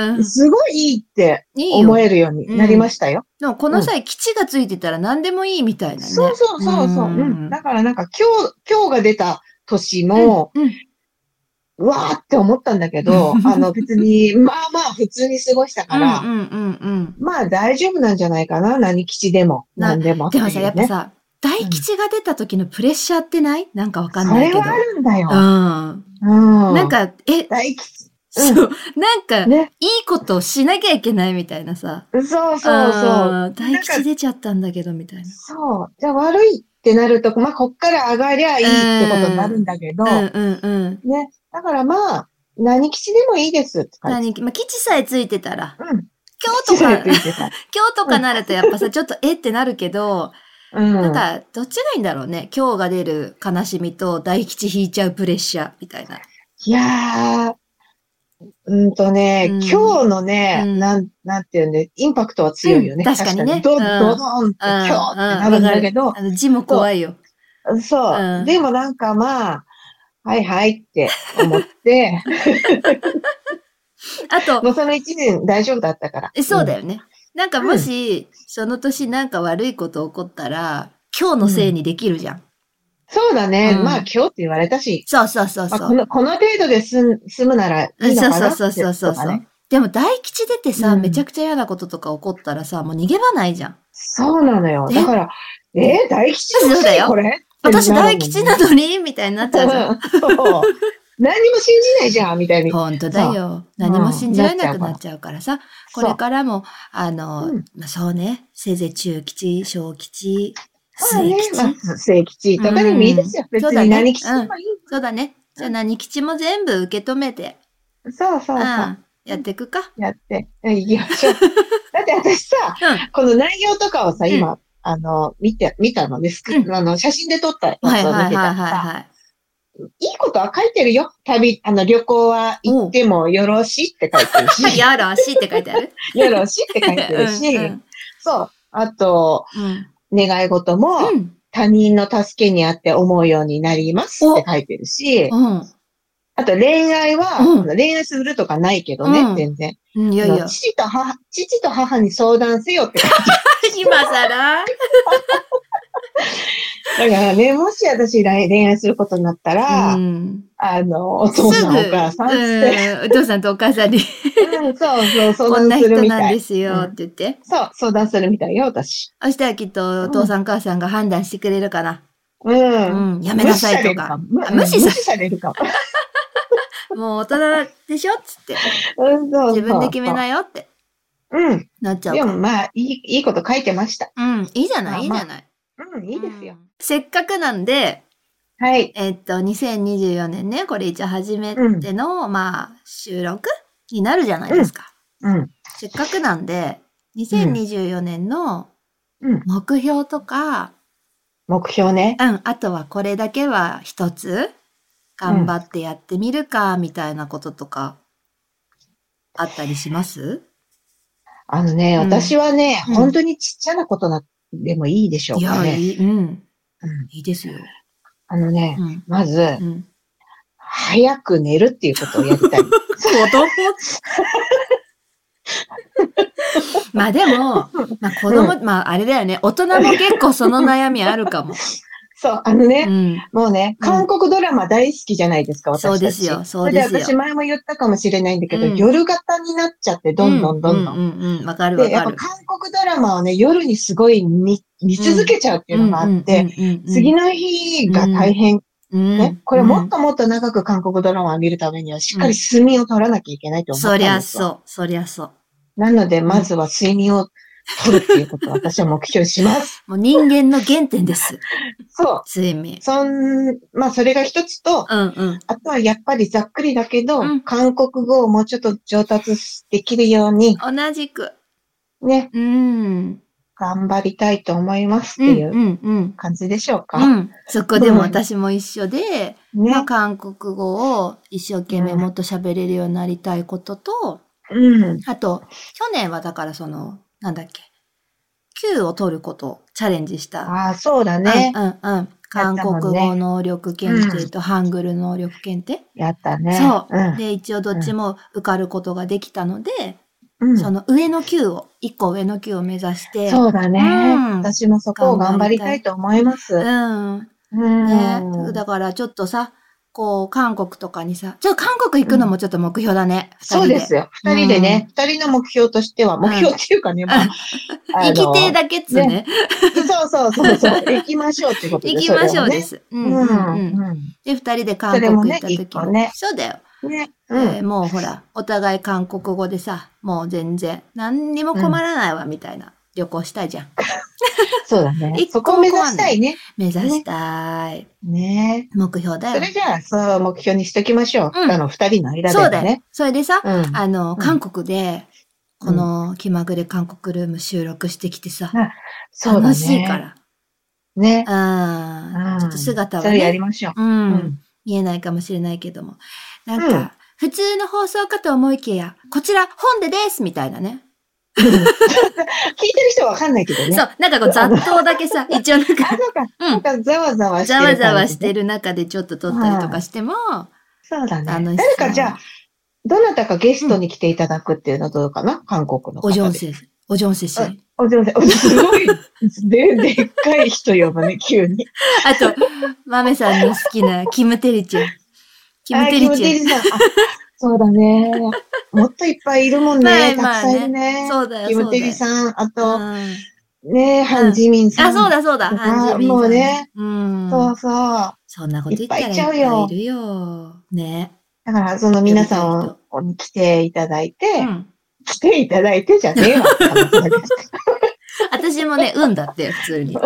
[SPEAKER 1] うん
[SPEAKER 2] も、、すごいいいって
[SPEAKER 1] いい
[SPEAKER 2] 思
[SPEAKER 1] よ。
[SPEAKER 2] えるようになりましたよ。
[SPEAKER 1] でもこの際、吉がついてたら何でもいいみたいなね。
[SPEAKER 2] そうそうそうそう。
[SPEAKER 1] う
[SPEAKER 2] うんん。だから、なんか、今日、今日が出た年も、
[SPEAKER 1] うん。
[SPEAKER 2] うわーって思ったんだけ ど、あの別に、まあまあ普通に過ごした
[SPEAKER 1] う
[SPEAKER 2] か
[SPEAKER 1] ん
[SPEAKER 2] ら、
[SPEAKER 1] うんうんうん。
[SPEAKER 2] まあ大丈夫なんじゃないかな、何吉でも。
[SPEAKER 1] な
[SPEAKER 2] 何でもって
[SPEAKER 1] で
[SPEAKER 2] い
[SPEAKER 1] も
[SPEAKER 2] う、
[SPEAKER 1] さ、
[SPEAKER 2] ね。
[SPEAKER 1] やっぱさ、大吉が出た時のプレッシャーってないなんかわかん
[SPEAKER 2] そ
[SPEAKER 1] ない
[SPEAKER 2] れ
[SPEAKER 1] けど。
[SPEAKER 2] はあるんだよ。
[SPEAKER 1] うん。
[SPEAKER 2] うん。
[SPEAKER 1] なん、か、え、
[SPEAKER 2] 大吉。
[SPEAKER 1] そう、なんか、い
[SPEAKER 2] ね。
[SPEAKER 1] いことをしなきゃいけないみたいなさ。
[SPEAKER 2] そうそうそう。
[SPEAKER 1] うん大吉出ちゃったんだけどみたいな。
[SPEAKER 2] そう。じゃあ悪いってなると、まあこっから上がりゃいいってことになるんだけど、
[SPEAKER 1] うんうんうん。
[SPEAKER 2] ね。だからまあ、何吉でもいいですって感じ。
[SPEAKER 1] 何、まあ、吉さえついてたら、
[SPEAKER 2] うん。
[SPEAKER 1] 今日と
[SPEAKER 2] そうや
[SPEAKER 1] か
[SPEAKER 2] って、言ってた
[SPEAKER 1] 今日とかなるとやっぱさ、ちょっとえってなるけど、
[SPEAKER 2] うん。
[SPEAKER 1] なんか、どっちがいいんだろうね。今日が出る悲しみと大吉引いちゃうプレッシャーみたいな。
[SPEAKER 2] いやー、うんとね、
[SPEAKER 1] うん
[SPEAKER 2] 今日のね、
[SPEAKER 1] うん
[SPEAKER 2] なん、なんていうんで、インパクトは強いよね。
[SPEAKER 1] うん確かにね
[SPEAKER 2] ど、
[SPEAKER 1] うん
[SPEAKER 2] どどんって今日ってなるんだけど、
[SPEAKER 1] あの、字も怖いよ。
[SPEAKER 2] そう、
[SPEAKER 1] うん
[SPEAKER 2] でもなんかまあ、はいはいって 思って、
[SPEAKER 1] あと、
[SPEAKER 2] もうその一年大丈夫だったから。
[SPEAKER 1] えそうだ
[SPEAKER 2] よ。
[SPEAKER 1] よね。なんかもし、その年なんか悪いこと起こったら、今日のせいにできるじゃん。
[SPEAKER 2] そうだね。
[SPEAKER 1] うん
[SPEAKER 2] まあ今日って言われたし、
[SPEAKER 1] そうそうそう
[SPEAKER 2] ま
[SPEAKER 1] そ
[SPEAKER 2] あ、
[SPEAKER 1] う。
[SPEAKER 2] この、この程度で済む済むならいいのかなって
[SPEAKER 1] そうそうそうそう
[SPEAKER 2] と
[SPEAKER 1] そ
[SPEAKER 2] か
[SPEAKER 1] う、
[SPEAKER 2] ね
[SPEAKER 1] でも大吉出てさ、
[SPEAKER 2] うん
[SPEAKER 1] めちゃくちゃ嫌なこととか起こったらさ、もう逃げ場ないじゃん。
[SPEAKER 2] そうなのよ。だから、えー大吉どう
[SPEAKER 1] そうだよ
[SPEAKER 2] これ
[SPEAKER 1] 私大吉
[SPEAKER 2] な
[SPEAKER 1] なのにみたいになっちゃうじゃん。
[SPEAKER 2] そう。何にも信じないじゃんみたいに。
[SPEAKER 1] 本当だよ。何も信じられなくなっちゃうからさ。
[SPEAKER 2] そ
[SPEAKER 1] こ
[SPEAKER 2] う
[SPEAKER 1] れからも、あの、
[SPEAKER 2] うん
[SPEAKER 1] まあ、そうね、せいぜい中吉、小吉、
[SPEAKER 2] まあ
[SPEAKER 1] 末
[SPEAKER 2] ね
[SPEAKER 1] 吉。
[SPEAKER 2] まあ正吉とかでもいいですよ。別に何吉でもいい。
[SPEAKER 1] そうだね。じゃあ何吉も全部受け止めて、
[SPEAKER 2] そうそうそうう。
[SPEAKER 1] ん、やっていく か。
[SPEAKER 2] やって、うん行きま しょう。だって私さ、
[SPEAKER 1] う
[SPEAKER 2] この内容とかをさ、
[SPEAKER 1] うん
[SPEAKER 2] 今、あの、見て、見たのです、
[SPEAKER 1] うん
[SPEAKER 2] あの、写真で撮ったやつを
[SPEAKER 1] ん。
[SPEAKER 2] 見
[SPEAKER 1] はい
[SPEAKER 2] てた
[SPEAKER 1] はいはいはい
[SPEAKER 2] らさ、
[SPEAKER 1] はい。
[SPEAKER 2] いいことは書いてるよ。旅、あの、旅行は行ってもよろしいって書いてる
[SPEAKER 1] まあ、
[SPEAKER 2] し、
[SPEAKER 1] やらしいって書いて ある。
[SPEAKER 2] よろしいって書いてるし、
[SPEAKER 1] うん
[SPEAKER 2] そう。あと、
[SPEAKER 1] うん
[SPEAKER 2] 願い事も、
[SPEAKER 1] うん。
[SPEAKER 2] 他人の助けにあって思うようになりますって書いてるし、
[SPEAKER 1] うん。
[SPEAKER 2] あと恋愛は、
[SPEAKER 1] うん
[SPEAKER 2] あの恋愛するとかないけどね、
[SPEAKER 1] うん
[SPEAKER 2] 全然。
[SPEAKER 1] うん。いやい
[SPEAKER 2] あ
[SPEAKER 1] や
[SPEAKER 2] の。父と母、父と母に相談せよって書いて
[SPEAKER 1] 今さら。
[SPEAKER 2] る。だからね、もし私来恋愛することになったら、
[SPEAKER 1] うん。
[SPEAKER 2] あの、お
[SPEAKER 1] す
[SPEAKER 2] 父
[SPEAKER 1] ぐ、
[SPEAKER 2] さん、お母さんっつって、
[SPEAKER 1] うんお父さんとお母さんに、
[SPEAKER 2] うんそう そう、相
[SPEAKER 1] こんな
[SPEAKER 2] 談す
[SPEAKER 1] 人
[SPEAKER 2] るみ
[SPEAKER 1] な
[SPEAKER 2] た
[SPEAKER 1] ん
[SPEAKER 2] い。
[SPEAKER 1] ですよって言って。
[SPEAKER 2] そう、相談するみたいよ、私。
[SPEAKER 1] そしたらきっとお父さんお母さんが判断してくれるかな。
[SPEAKER 2] う。
[SPEAKER 1] うんん、やめなさいとか。
[SPEAKER 2] 無
[SPEAKER 1] 無
[SPEAKER 2] 視
[SPEAKER 1] 視
[SPEAKER 2] されるかも。無視されるかも
[SPEAKER 1] もう大人でしょっつって。
[SPEAKER 2] うんそうそう
[SPEAKER 1] 自分で決めなよって
[SPEAKER 2] うん。
[SPEAKER 1] なっちゃう
[SPEAKER 2] で
[SPEAKER 1] か
[SPEAKER 2] もまあ、いい、いいこと書いてました。
[SPEAKER 1] ら。うん、いいじゃ
[SPEAKER 2] ま
[SPEAKER 1] な
[SPEAKER 2] あ
[SPEAKER 1] い、いいじゃない。
[SPEAKER 2] うん、いいですよ
[SPEAKER 1] う。ん。せっかくなんで、
[SPEAKER 2] はい。
[SPEAKER 1] えっと、2024年ね、これ一応初めての、まあ、収録になるじゃないですか。
[SPEAKER 2] うん。
[SPEAKER 1] せっかくなんで、2024年の
[SPEAKER 2] うん。
[SPEAKER 1] 目標とか、
[SPEAKER 2] 目標ね。
[SPEAKER 1] うん、あとはこれだけは一つ頑張ってやってみるか、みたいなこととかあったりします
[SPEAKER 2] あのね、
[SPEAKER 1] うん
[SPEAKER 2] 私はね、
[SPEAKER 1] うん
[SPEAKER 2] 本当にちっちゃなことなでもいいでしょう
[SPEAKER 1] い
[SPEAKER 2] か
[SPEAKER 1] や、
[SPEAKER 2] ね。
[SPEAKER 1] いい、うん。
[SPEAKER 2] うん
[SPEAKER 1] いいですよ。
[SPEAKER 2] あのね、
[SPEAKER 1] うん。
[SPEAKER 2] まず
[SPEAKER 1] う、ん。
[SPEAKER 2] 早く寝るっていうことをやりたい。
[SPEAKER 1] まあでも、まあ子供、まああれだよね、大人も結構その悩みあるかも。
[SPEAKER 2] そう、あの ね、
[SPEAKER 1] うん。
[SPEAKER 2] もうね、
[SPEAKER 1] うん
[SPEAKER 2] 韓国ドラマ大好きじゃないですか、私たち。
[SPEAKER 1] そうですよ、そうです
[SPEAKER 2] それで私
[SPEAKER 1] よ。
[SPEAKER 2] 前も言ったかもしれないんだけど、
[SPEAKER 1] うん
[SPEAKER 2] 夜型になっちゃって、どんどんどんどん。
[SPEAKER 1] うんうんうんうん、わかるわ
[SPEAKER 2] で、やっ
[SPEAKER 1] か
[SPEAKER 2] ぱ
[SPEAKER 1] る。
[SPEAKER 2] 韓国ドラマをね、夜にすごい見見続けちゃうっていうのがあって、次
[SPEAKER 1] の、
[SPEAKER 2] の日が大変、
[SPEAKER 1] うん
[SPEAKER 2] ねこれもっ
[SPEAKER 1] と
[SPEAKER 2] ともっと長く韓国ドラマを見るためには、しっかり睡眠を取らなきゃいけないと思った
[SPEAKER 1] そ
[SPEAKER 2] んで
[SPEAKER 1] りゃ
[SPEAKER 2] すよ。
[SPEAKER 1] そう、そりゃそう。
[SPEAKER 2] なので、まずは睡眠を取るっていうことを私は目標にします。
[SPEAKER 1] もう人間の原点です。
[SPEAKER 2] そう。
[SPEAKER 1] 睡眠。
[SPEAKER 2] そん、まあ、それが一つと、
[SPEAKER 1] うんうん。
[SPEAKER 2] あとはやっぱりざっくりだけど、
[SPEAKER 1] うん
[SPEAKER 2] 韓国語をもうちょっと上達できるように、
[SPEAKER 1] 同じく。
[SPEAKER 2] ね、
[SPEAKER 1] うん。
[SPEAKER 2] 頑張りたいと思いますっ
[SPEAKER 1] う
[SPEAKER 2] て
[SPEAKER 1] ん
[SPEAKER 2] いううん
[SPEAKER 1] うん。
[SPEAKER 2] 感じでしょうか。
[SPEAKER 1] うん、そこで
[SPEAKER 2] うん
[SPEAKER 1] も私も一緒で、
[SPEAKER 2] ね
[SPEAKER 1] まあ、。韓国語を一生懸命もっと喋れるようになりたいことと、
[SPEAKER 2] うん。
[SPEAKER 1] あと、去年はだからその、なんだっけ、Q を取ることをチャレンジした。
[SPEAKER 2] ああ、そうだね。
[SPEAKER 1] うんうんうん。韓国語能力検定とハングル能力検定。
[SPEAKER 2] やったね。
[SPEAKER 1] そう
[SPEAKER 2] うん。
[SPEAKER 1] で、一応どっちも受かることができたので、
[SPEAKER 2] うん
[SPEAKER 1] その上の Q を、一個上の Q を目指して、
[SPEAKER 2] そうだね、
[SPEAKER 1] うん
[SPEAKER 2] 私もそこを頑張りたいと思います。
[SPEAKER 1] うん。
[SPEAKER 2] うん
[SPEAKER 1] ね、だからちょっとさ、こう、韓国とかにさ、ちょっと韓国行くのもちょっと目標だね。二
[SPEAKER 2] そう
[SPEAKER 1] 人
[SPEAKER 2] ですよ。二人でね、二、人の目標としては、目標っていうかね、まあ、あ
[SPEAKER 1] 行
[SPEAKER 2] の
[SPEAKER 1] きてえだけっつうね。
[SPEAKER 2] そうそうそうそう、行きましょうってことで
[SPEAKER 1] 行きましょうで
[SPEAKER 2] そ
[SPEAKER 1] す。う
[SPEAKER 2] れ
[SPEAKER 1] ん
[SPEAKER 2] を
[SPEAKER 1] う
[SPEAKER 2] ね。うん
[SPEAKER 1] うん。
[SPEAKER 2] ん
[SPEAKER 1] で、二人で韓国行った時
[SPEAKER 2] それもね一個ね
[SPEAKER 1] そうだよ。
[SPEAKER 2] うん。ね。
[SPEAKER 1] え
[SPEAKER 2] う
[SPEAKER 1] ー
[SPEAKER 2] ん。
[SPEAKER 1] もうほら、お互い韓国語でさ、もう全然、何にも困らないわ、みたいな。旅行したいじゃん。
[SPEAKER 2] そうだね。
[SPEAKER 1] 一
[SPEAKER 2] そ
[SPEAKER 1] 個
[SPEAKER 2] こを目指したいね。
[SPEAKER 1] 目指したい。
[SPEAKER 2] ね。
[SPEAKER 1] 目標だ
[SPEAKER 2] そ
[SPEAKER 1] よ
[SPEAKER 2] れ。じゃあ、そう、目標にしときましょう。
[SPEAKER 1] うん
[SPEAKER 2] あの、二人の間
[SPEAKER 1] そう
[SPEAKER 2] で
[SPEAKER 1] だよ
[SPEAKER 2] ね。。
[SPEAKER 1] それでさ、
[SPEAKER 2] うん。
[SPEAKER 1] あの、
[SPEAKER 2] ん
[SPEAKER 1] 韓国で、
[SPEAKER 2] うん
[SPEAKER 1] この気まぐれ韓国ルーム収録してきてさ、
[SPEAKER 2] そうだね。
[SPEAKER 1] 楽しいから。
[SPEAKER 2] ね。
[SPEAKER 1] あ
[SPEAKER 2] う
[SPEAKER 1] あ、
[SPEAKER 2] ん
[SPEAKER 1] ちょっと姿
[SPEAKER 2] そ
[SPEAKER 1] は
[SPEAKER 2] れやり
[SPEAKER 1] ね、
[SPEAKER 2] ましょう。
[SPEAKER 1] うん、
[SPEAKER 2] うん
[SPEAKER 1] 見えないかもしれないけども。なん
[SPEAKER 2] うん
[SPEAKER 1] か、普通の放送かと思いきや、こちら本でですみたいなね。
[SPEAKER 2] 聞いてる人はわかんないけどね。
[SPEAKER 1] そ
[SPEAKER 2] あ、
[SPEAKER 1] う、なんかこう雑踏だけ さ、一応なんか、
[SPEAKER 2] そうか。
[SPEAKER 1] うん
[SPEAKER 2] なんか、ざわざわして
[SPEAKER 1] ざ
[SPEAKER 2] る。
[SPEAKER 1] わざわして
[SPEAKER 2] る。
[SPEAKER 1] る中でちょっと撮ったりとかしても、
[SPEAKER 2] そうだ
[SPEAKER 1] 楽
[SPEAKER 2] ね。
[SPEAKER 1] し
[SPEAKER 2] 誰
[SPEAKER 1] そう
[SPEAKER 2] かじゃあ、どなたかゲストに来ていただくっていうのはどうかな韓国の
[SPEAKER 1] お
[SPEAKER 2] 方で。
[SPEAKER 1] じょんせ、おじょんせし。
[SPEAKER 2] うんお嬢さん。お嬢さんすごい、で、でっかい人呼ぶね、急に。
[SPEAKER 1] あと、まめさんの好きなキムテリチュン。キム
[SPEAKER 2] あ
[SPEAKER 1] テリチュン。
[SPEAKER 2] キムテリさん。あそうだね。もっといっぱいいるもんね。たく
[SPEAKER 1] まあまあ
[SPEAKER 2] さん
[SPEAKER 1] ね
[SPEAKER 2] いるね。
[SPEAKER 1] そうだよ、
[SPEAKER 2] キ
[SPEAKER 1] そうだよ。
[SPEAKER 2] ムテリさん、あ
[SPEAKER 1] う
[SPEAKER 2] と、
[SPEAKER 1] ん
[SPEAKER 2] ね、ハン・ジミンさん。
[SPEAKER 1] あ、そうだ、そうだ。
[SPEAKER 2] あ
[SPEAKER 1] ハンジミンさん
[SPEAKER 2] もうね。
[SPEAKER 1] うん。
[SPEAKER 2] そうそう。
[SPEAKER 1] そんなこと言ったら
[SPEAKER 2] いっぱいいちゃう
[SPEAKER 1] い
[SPEAKER 2] よ
[SPEAKER 1] っぱいいるよ。ね。
[SPEAKER 2] だから、その皆さんをここに来ていただいて、
[SPEAKER 1] うん。
[SPEAKER 2] 来ていただいてじゃ ねえわ。
[SPEAKER 1] 私も ね、うんだってよ、普通に。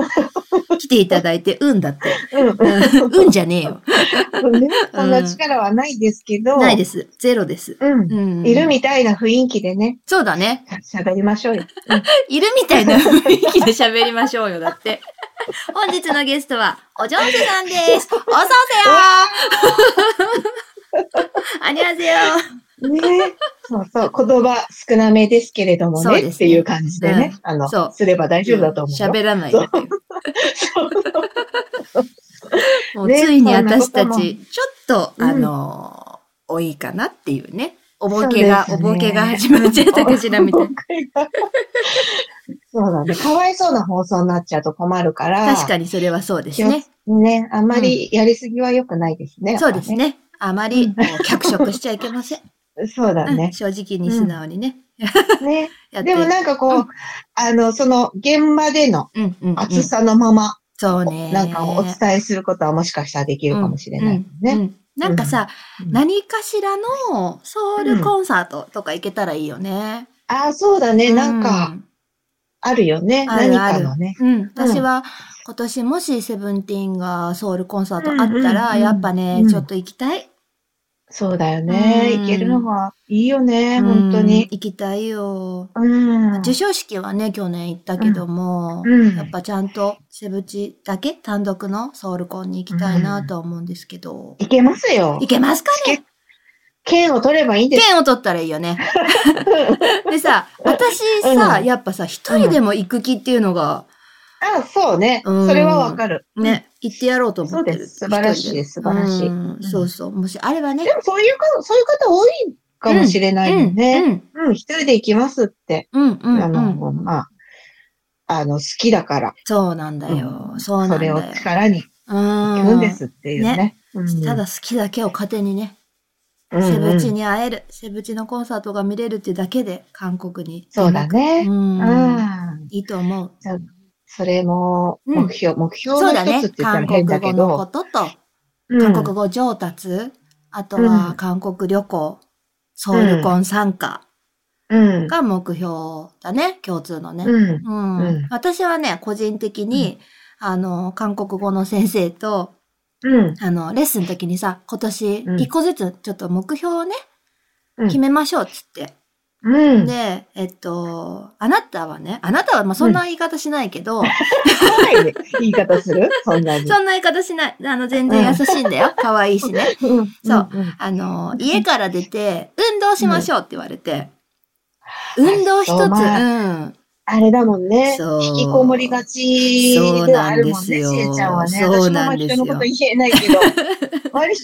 [SPEAKER 1] 来ていただいて、うんだって。
[SPEAKER 2] うん
[SPEAKER 1] うんじゃねえ よ。
[SPEAKER 2] うんねそんな力はないですけど、
[SPEAKER 1] ないです。ゼロです。
[SPEAKER 2] うん。
[SPEAKER 1] うん。
[SPEAKER 2] いるみたいな雰囲気でね、
[SPEAKER 1] そうだね。
[SPEAKER 2] 喋りましょうよ。
[SPEAKER 1] いるみたいな雰囲気で喋りましょうよ、だって。本日のゲストは、お上手さん です。おそうせよ あにゃせよ
[SPEAKER 2] ねそうそう、言葉少なめですけれども
[SPEAKER 1] そう
[SPEAKER 2] ね、
[SPEAKER 1] ですね
[SPEAKER 2] っていう感じでね、
[SPEAKER 1] うん
[SPEAKER 2] あの
[SPEAKER 1] そう
[SPEAKER 2] すれば大丈夫だと思うよ。
[SPEAKER 1] 喋らないだけもう
[SPEAKER 2] ね
[SPEAKER 1] ついに私た
[SPEAKER 2] そんなこと
[SPEAKER 1] ち、ちょっと、
[SPEAKER 2] うん
[SPEAKER 1] あの多いかなっていうね。おぼけが、
[SPEAKER 2] そうです
[SPEAKER 1] お
[SPEAKER 2] ね
[SPEAKER 1] ぼけが始まっちゃったかしらみ たいな。
[SPEAKER 2] そうだね。かわいそうな放送になっちゃうと困るから。
[SPEAKER 1] 確かにそれはそうです
[SPEAKER 2] 気を
[SPEAKER 1] ね
[SPEAKER 2] つ。ね、あんまりやりすぎは良くないですね。
[SPEAKER 1] そうですね。あまり、
[SPEAKER 2] うん
[SPEAKER 1] もう脚色しちゃいけません。
[SPEAKER 2] そうだ
[SPEAKER 1] う
[SPEAKER 2] ね
[SPEAKER 1] ん。正直に素直にね。
[SPEAKER 2] ね。
[SPEAKER 1] やって
[SPEAKER 2] でもなんかこう、
[SPEAKER 1] うん
[SPEAKER 2] あの、その現場での
[SPEAKER 1] うんうんうん。
[SPEAKER 2] 熱さのまま、
[SPEAKER 1] そうね。
[SPEAKER 2] なんかお伝えすることはもしかしたらできるかもしれないね。
[SPEAKER 1] うんうんなんかさ、
[SPEAKER 2] うん
[SPEAKER 1] 何かしらのソウルコンサートとか行けたらいいよね。
[SPEAKER 2] ああ、そうだね。
[SPEAKER 1] う
[SPEAKER 2] なんか、あるよね。
[SPEAKER 1] あるあ
[SPEAKER 2] 何
[SPEAKER 1] る
[SPEAKER 2] かのね。
[SPEAKER 1] うん、私は今年もしセブンティーンがソウルコンサートあった
[SPEAKER 2] うんうん
[SPEAKER 1] ら、
[SPEAKER 2] うん
[SPEAKER 1] やっぱね、
[SPEAKER 2] うん
[SPEAKER 1] ちょっと行きたい。
[SPEAKER 2] そうだよね。
[SPEAKER 1] うん
[SPEAKER 2] いけるのはいいよね。
[SPEAKER 1] うん
[SPEAKER 2] 本当に。
[SPEAKER 1] 行きたいよ。
[SPEAKER 2] うん。
[SPEAKER 1] 授賞式はね、去年行ったけども、
[SPEAKER 2] うん
[SPEAKER 1] やっぱちゃんとセブチだけ単独のソウルコンに行きたいなとは思うんですけど。
[SPEAKER 2] いけますよ
[SPEAKER 1] 行。けますかね
[SPEAKER 2] 券を取ればいいんです。
[SPEAKER 1] 券を取ったらいいよ ね。でさ、私さ、
[SPEAKER 2] うん
[SPEAKER 1] やっぱさ、一人でも行く気っていうのが、
[SPEAKER 2] ああ、そうね。
[SPEAKER 1] うん
[SPEAKER 2] それはわかる。
[SPEAKER 1] ね、行ってやろうと思ってる。
[SPEAKER 2] そうです素晴らしいです
[SPEAKER 1] 一人
[SPEAKER 2] 素晴らしい
[SPEAKER 1] うん
[SPEAKER 2] ん
[SPEAKER 1] そうそう。もしあればね
[SPEAKER 2] で。もそういう方、そういう方多いかもしれないよね。うん、一人で行きますって。
[SPEAKER 1] うん、うん、うん、
[SPEAKER 2] あ
[SPEAKER 1] うんうん。
[SPEAKER 2] の、まあ、あの、好きだから、
[SPEAKER 1] そうなんだよ。そうなん
[SPEAKER 2] そ
[SPEAKER 1] だ
[SPEAKER 2] れ
[SPEAKER 1] よ。
[SPEAKER 2] を力に
[SPEAKER 1] う
[SPEAKER 2] 行くん
[SPEAKER 1] ん
[SPEAKER 2] ですっていうね。うん
[SPEAKER 1] ただ、好きだけを糧にね、
[SPEAKER 2] うんうん
[SPEAKER 1] セブチに会える、セブチのコンサートが見れるってだけで、韓国に。
[SPEAKER 2] そうだね。う
[SPEAKER 1] うん。
[SPEAKER 2] ん。
[SPEAKER 1] いいと思う。
[SPEAKER 2] それも、目標、目標
[SPEAKER 1] そう
[SPEAKER 2] の
[SPEAKER 1] だ
[SPEAKER 2] 一つ
[SPEAKER 1] ね
[SPEAKER 2] って。言った
[SPEAKER 1] 韓
[SPEAKER 2] ら
[SPEAKER 1] 国
[SPEAKER 2] 変だ
[SPEAKER 1] 語
[SPEAKER 2] け
[SPEAKER 1] のこ
[SPEAKER 2] ど、
[SPEAKER 1] とと、
[SPEAKER 2] うん
[SPEAKER 1] 韓国語上達、あとは韓国旅行、ソウルコン参加
[SPEAKER 2] うん。
[SPEAKER 1] が目標だね、共通のね。
[SPEAKER 2] うん。
[SPEAKER 1] うん
[SPEAKER 2] うん
[SPEAKER 1] 私はね、個人的に、あの、韓国語の先生と、
[SPEAKER 2] うん。
[SPEAKER 1] あの、レッスンの時にさ、今年
[SPEAKER 2] うん
[SPEAKER 1] 一個ずつちょっと目標をね、
[SPEAKER 2] うん
[SPEAKER 1] 決めましょうっつって。
[SPEAKER 2] うん。
[SPEAKER 1] で、えっと、あなたはね、あなたはまあそんな言い方しないけど、
[SPEAKER 2] 怖いね。言い方するそんなに。
[SPEAKER 1] そんな言い方しない。あの、全然優しいんだ よ。可愛いしね。
[SPEAKER 2] うん。
[SPEAKER 1] そう
[SPEAKER 2] うん。
[SPEAKER 1] あの、家から出て、運動しましょうって言われて、運動一つ、
[SPEAKER 2] そ
[SPEAKER 1] う
[SPEAKER 2] う
[SPEAKER 1] ん。
[SPEAKER 2] あれだもんね。
[SPEAKER 1] そう
[SPEAKER 2] 引きこもりがちではあるもんね、
[SPEAKER 1] そう
[SPEAKER 2] し
[SPEAKER 1] なんですよ
[SPEAKER 2] えちゃんはね。
[SPEAKER 1] そう
[SPEAKER 2] 私もあん
[SPEAKER 1] な
[SPEAKER 2] ま
[SPEAKER 1] ん
[SPEAKER 2] り
[SPEAKER 1] ですよ
[SPEAKER 2] 人のこと言えないけど、割と、